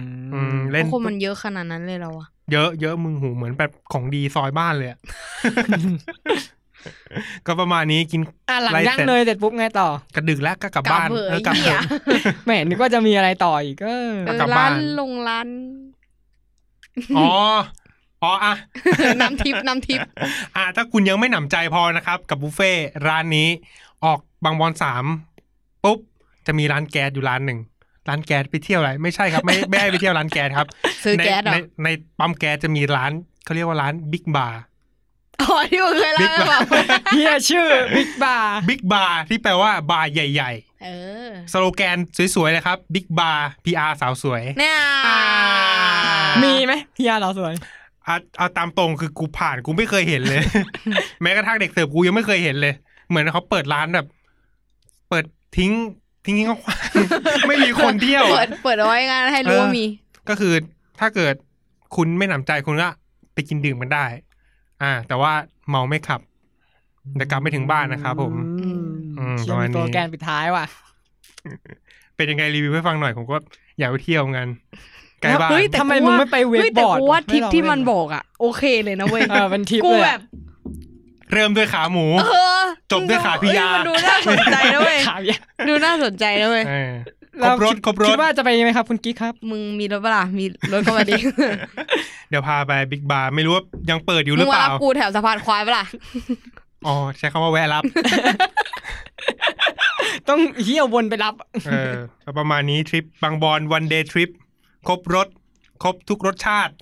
B: มเล่น
C: คนมันเยอะขนาดนั้นเลยเหราอ่ะ
B: เยอะเยอะมึงหูเหมือนแบบของดีซอยบ้าน เลยอะ ก็ประมาณนี้กิน
A: อ่ะหลัง
B: ไล่
A: ย่าง
B: เสร็จ
A: เนยเสร็จปุ๊บไงต่อ
B: กระดึกแล้วก็กลับบ้าน
C: กลับเถอะ
B: เออกลับ
C: ไอ้เหี้
B: เถ
C: ย
B: อะ
A: แหมนึกว่าจะมีอะไรต่ออีกเออ
C: เออ
B: แล้วกลับ
C: ร้า
B: บ้าน
C: นลงร้าน
B: อ๋ออ๋ออ่ะ
C: น้ำทิพย์น้ำทิพย์
B: อ่ะถ้าคุณยังไม่หนำใจพอนะครับ กับบุฟเฟ่ต์ร้านนี้ ออกบางบอนสามปุ๊บ จะมีร้านแก๊สอยู่ร้านหนึ่ง ร้านแก๊สไปเที่ยวอะไร ไม่ใช่ครับ ไม่ไม่ให้ไปเที่ยวร้านแก๊ส ครับ
C: ซื้อ
B: ใน
C: แก๊สเหร
B: ใน
C: อ
B: ในปั๊มแก๊สจะมีร้านเขาเรียกว่าร้านบิ๊กบาร์
C: อ๋อที่มึงเคย
B: บิ๊
C: เล่า
B: ก
C: ให้ฟัง
A: เฮียชื่อบิ๊กบาร์
B: บิ๊กบาร์ที่แปลว่าบาร์ใหญ่
C: เออ
B: ๆ สโลแกนสวยๆเลยครับบิ๊กบาร์ PR สาวสวย
C: เนี่ย
B: ามี
A: มีไหมเฮียเราสวย
B: เอาเอาตามตรงคือกูผ่านกูไม่เคยเห็นเลย แม้กระทั่งเด็กเสิร์ฟกูยังไม่เคยเห็นเลย เหมือนเขาเปิดร้านแบบ เปิดทิ้ง ทิ้งทิ้ง ขว้างๆ ไม่มีคนเที่ยว
C: เปิดเปิดเอาไว้งานให้รู้ว่ามี
B: ก็คือถ้าเกิดคุณไม่หนำใจคุณก็ไปกินดื่มกันได้ อ่า แต่ว่าเมาไม่ขับเดี๋ยวกลับไม่ถึงบ้านนะครับผม
A: อืม
B: อืม
A: เชี่
B: ป
A: ย
B: ระมา
A: มี
B: ณนี้
A: โปรแกรมปิดท้ายว่ะ
B: เป็นยังไงรีวิวให้ฟังหน่อยผมก็อยากไปเที่ยวงานไกลบ้าน
C: เฮ้ยแต่
A: ทำไมมึงไม่ไปเว
C: เฮ้
A: ก
C: ย
A: บ
C: แต่
A: อร์ด
C: กูว่าทริป
A: ไลอง
C: ที่มัน
A: เล่
C: บอกอ่ะ โอเคเลยนะเว้ย
A: เออเป็นทริป
C: กู
A: เลย
C: แบ
A: อะ
C: บ
B: เริ่มด้วยขาหมู
C: เออ
B: จบด้วยขาพิยา
C: เอ้มันดูน่าสนใจนะเว้ย
A: ถามอย่าง
C: ดูน่าสนใจนะเว้ย
B: เออคร
A: เรา
B: บรถครบร
A: คิ
B: ถ
A: ดว่าจะไปไหมครับคุณกิ๊กครับ
C: มึงมีรถเปล่ามีรถก็มาดิ
B: เดี๋ยวพาไปบิ๊กบาร์ไม่รู้ว่ายังเปิดอยู่ห
C: มึ
B: รือง เป
C: มา
B: ล่า
C: รับกูแถวสะพานควายเปล่า
B: อ๋อใช้คำว่าแวะ รับ
A: ต้องเฮี้ยววนไปรับ
B: เออประมาณนี้ทริปบางบอนวันเดย์ทริปครบรถ ครบทุกรสชาติ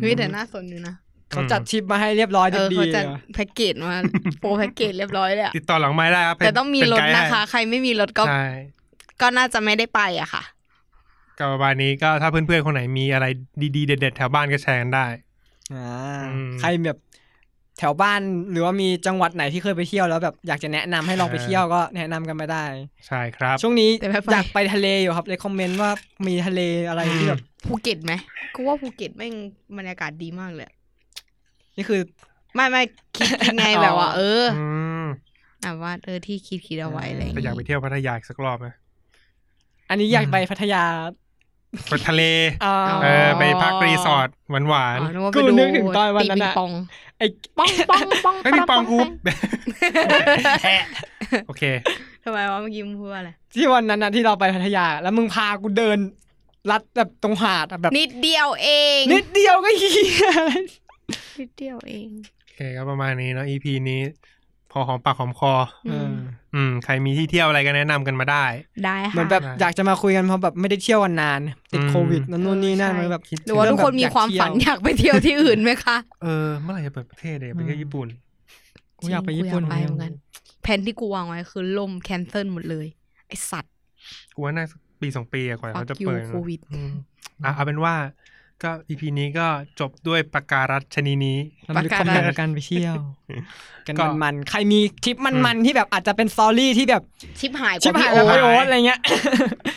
C: เฮ้ยแต่น่าสนอยู่นะ
A: เขาจัดชิปมาให้เรียบร้อย
C: เอ
A: ดีดี
C: อเขาจะ
A: อะ
C: แพ็กเกจมาโปรแพ็กเกจเรียบร้อยเลยอะ
B: ติดต่อหลังไม้ได้ครับเป็น
C: แต่ต้องมี
B: เป็
C: รถ
B: ไกด์ให้
C: นะคะ ใครไม่มีรถก็
B: ใช่
C: ก็น่าจะไม่ได้ไปอะค่ะ
B: ก็ประมาณนี้ก็ถ้าเพื่อนๆ คนไหนมีอะไรดีๆ เด็ดๆ แถวบ้านก็แชร์กันได้
A: อ่า
B: อืม
A: ใครแบบแถวบ้านหรือว่ามีจังหวัดไหนที่เคยไปเที่ยวแล้วแบบอยากจะแนะนำให้ลองไปเที่ยวก็แนะนำกันมาได้
B: ใช่ครับ
A: ช่วงนี้
C: แต่ไม่ไป
A: อยากไปทะเลอยู่ครับเลยคอมเมนต์ว่ามีทะเลอะไรที่แบบ
C: ภูเก็ตไหมกูว่าภูเก็ตแม่งบรรยากาศดีมากเลยอะ
A: นี่คือ
C: ไม่ไม่คิดคิดไง
A: อ๋อ
C: แบบว่าเออ
B: อืม
C: อ่ะว่าเออที่คิดคิดเอาไว้อะไรอย่าง
B: แต่อยากไป
C: งี้
B: เที่ยวพัทยาอีกสักรอบนะ
A: อันนี้อยากไปพัทยา
B: ไปทะเล
A: อ่า
B: เออ ไปพักรีสอร์ทหวาน
C: อ๋อนึกว่า
A: กู
C: ไปดู
A: นึกถึงตอนวันนั้น
C: ตีปิ
A: อะ
C: งปอง
A: ไอ้
C: ปองปองปอง
B: ๆไม่มีปองกู โอเค
C: ทำไมวะเมื่อกี้มึงพูดว่าอะไร
A: ที่วันนั้นอะที่เราไปพัทยา แล้วมึงพากูเดินลัดแบบตรงหาดอะแบบ
C: นิดเดียวเอง
A: นิดเดียวก็เหี้ย
C: นิดเดียวเอง
B: โอเคก็ประมาณนี้เนาะ EP นี้ พอหอมปากหอมคอ
C: อืม
B: อืม ใครมีที่เที่ยวอะไรก็แนะนำกันมาได้
C: ได้ค่ะ
A: เหมือนแบบอยากจะมาคุยกันเพราะแบบไม่ได้เที่ยวกันนานติด
B: อืม
A: โควิดนั่นนู่นนี่นั่น
C: ใช่
A: มันแบบคิด
C: หรือว่า
A: เง
C: ทุกคนมี
A: แบบ
C: ความฝันอยากไปเที่ยวที่อื่นไหมคะ
B: เออ เมื่อไหร่จะเปิดประเทศเดี๋ยวไปเที่ยวญี่ปุ่น
A: กูอยากไปญี่ปุ่น
C: จริงกูอยากไปเหมือนกัน แผนที่กูวางไว้คือล่มแคนเซิลหมดเลย ไอสัตว์
B: กูว่าน่าจะปีสองปีอะกว่าเขาจะ
C: Fuck you
B: เปิด
C: โควิด
B: อืมอ่ะเอาเป็นว่า ก็อีพีนี้ก็จบด้วยประการัชนีนี้
A: เราไปคอมเมนต์กันไปเที่ยว กัน
B: ก็
A: มันๆใครมีทริปมันๆที่แบบอาจจะเป็นซอรี่ที่แบบ
C: ชิบหายกว่
A: ชิบหาย
C: พี่
A: แล้ว
C: โอ๊ต
A: โอ๊ตอะไรเงี้ย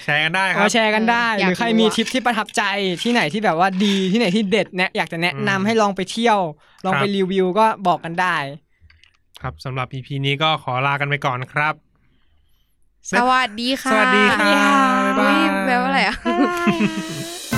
B: แชร์กันได้ครั
A: มา
B: บ
A: แชร์กันได้
C: เออ
A: ห
C: อยาก
A: รือใคร
C: รู้
A: มี
C: อะ
A: ทริปที่ประทับใจที่ไหนที่แบบว่าดีที่ไหนที่เด็ดเนี่ยอยากจะแนะนำ
B: อืม
A: ให้ลองไปเที่ยว ลอง
B: ครับ
A: ไปรีวิวก็บอกกันได้
B: ครับสำหรับอีพีนี้ก็ขอลากันไปก่อนครับ
C: สวัสดีค่ะ
B: สวัสดีค่ะบ๊าย
C: อุ๊ย
B: บาย
C: แปลว่าอะไรอ่ะ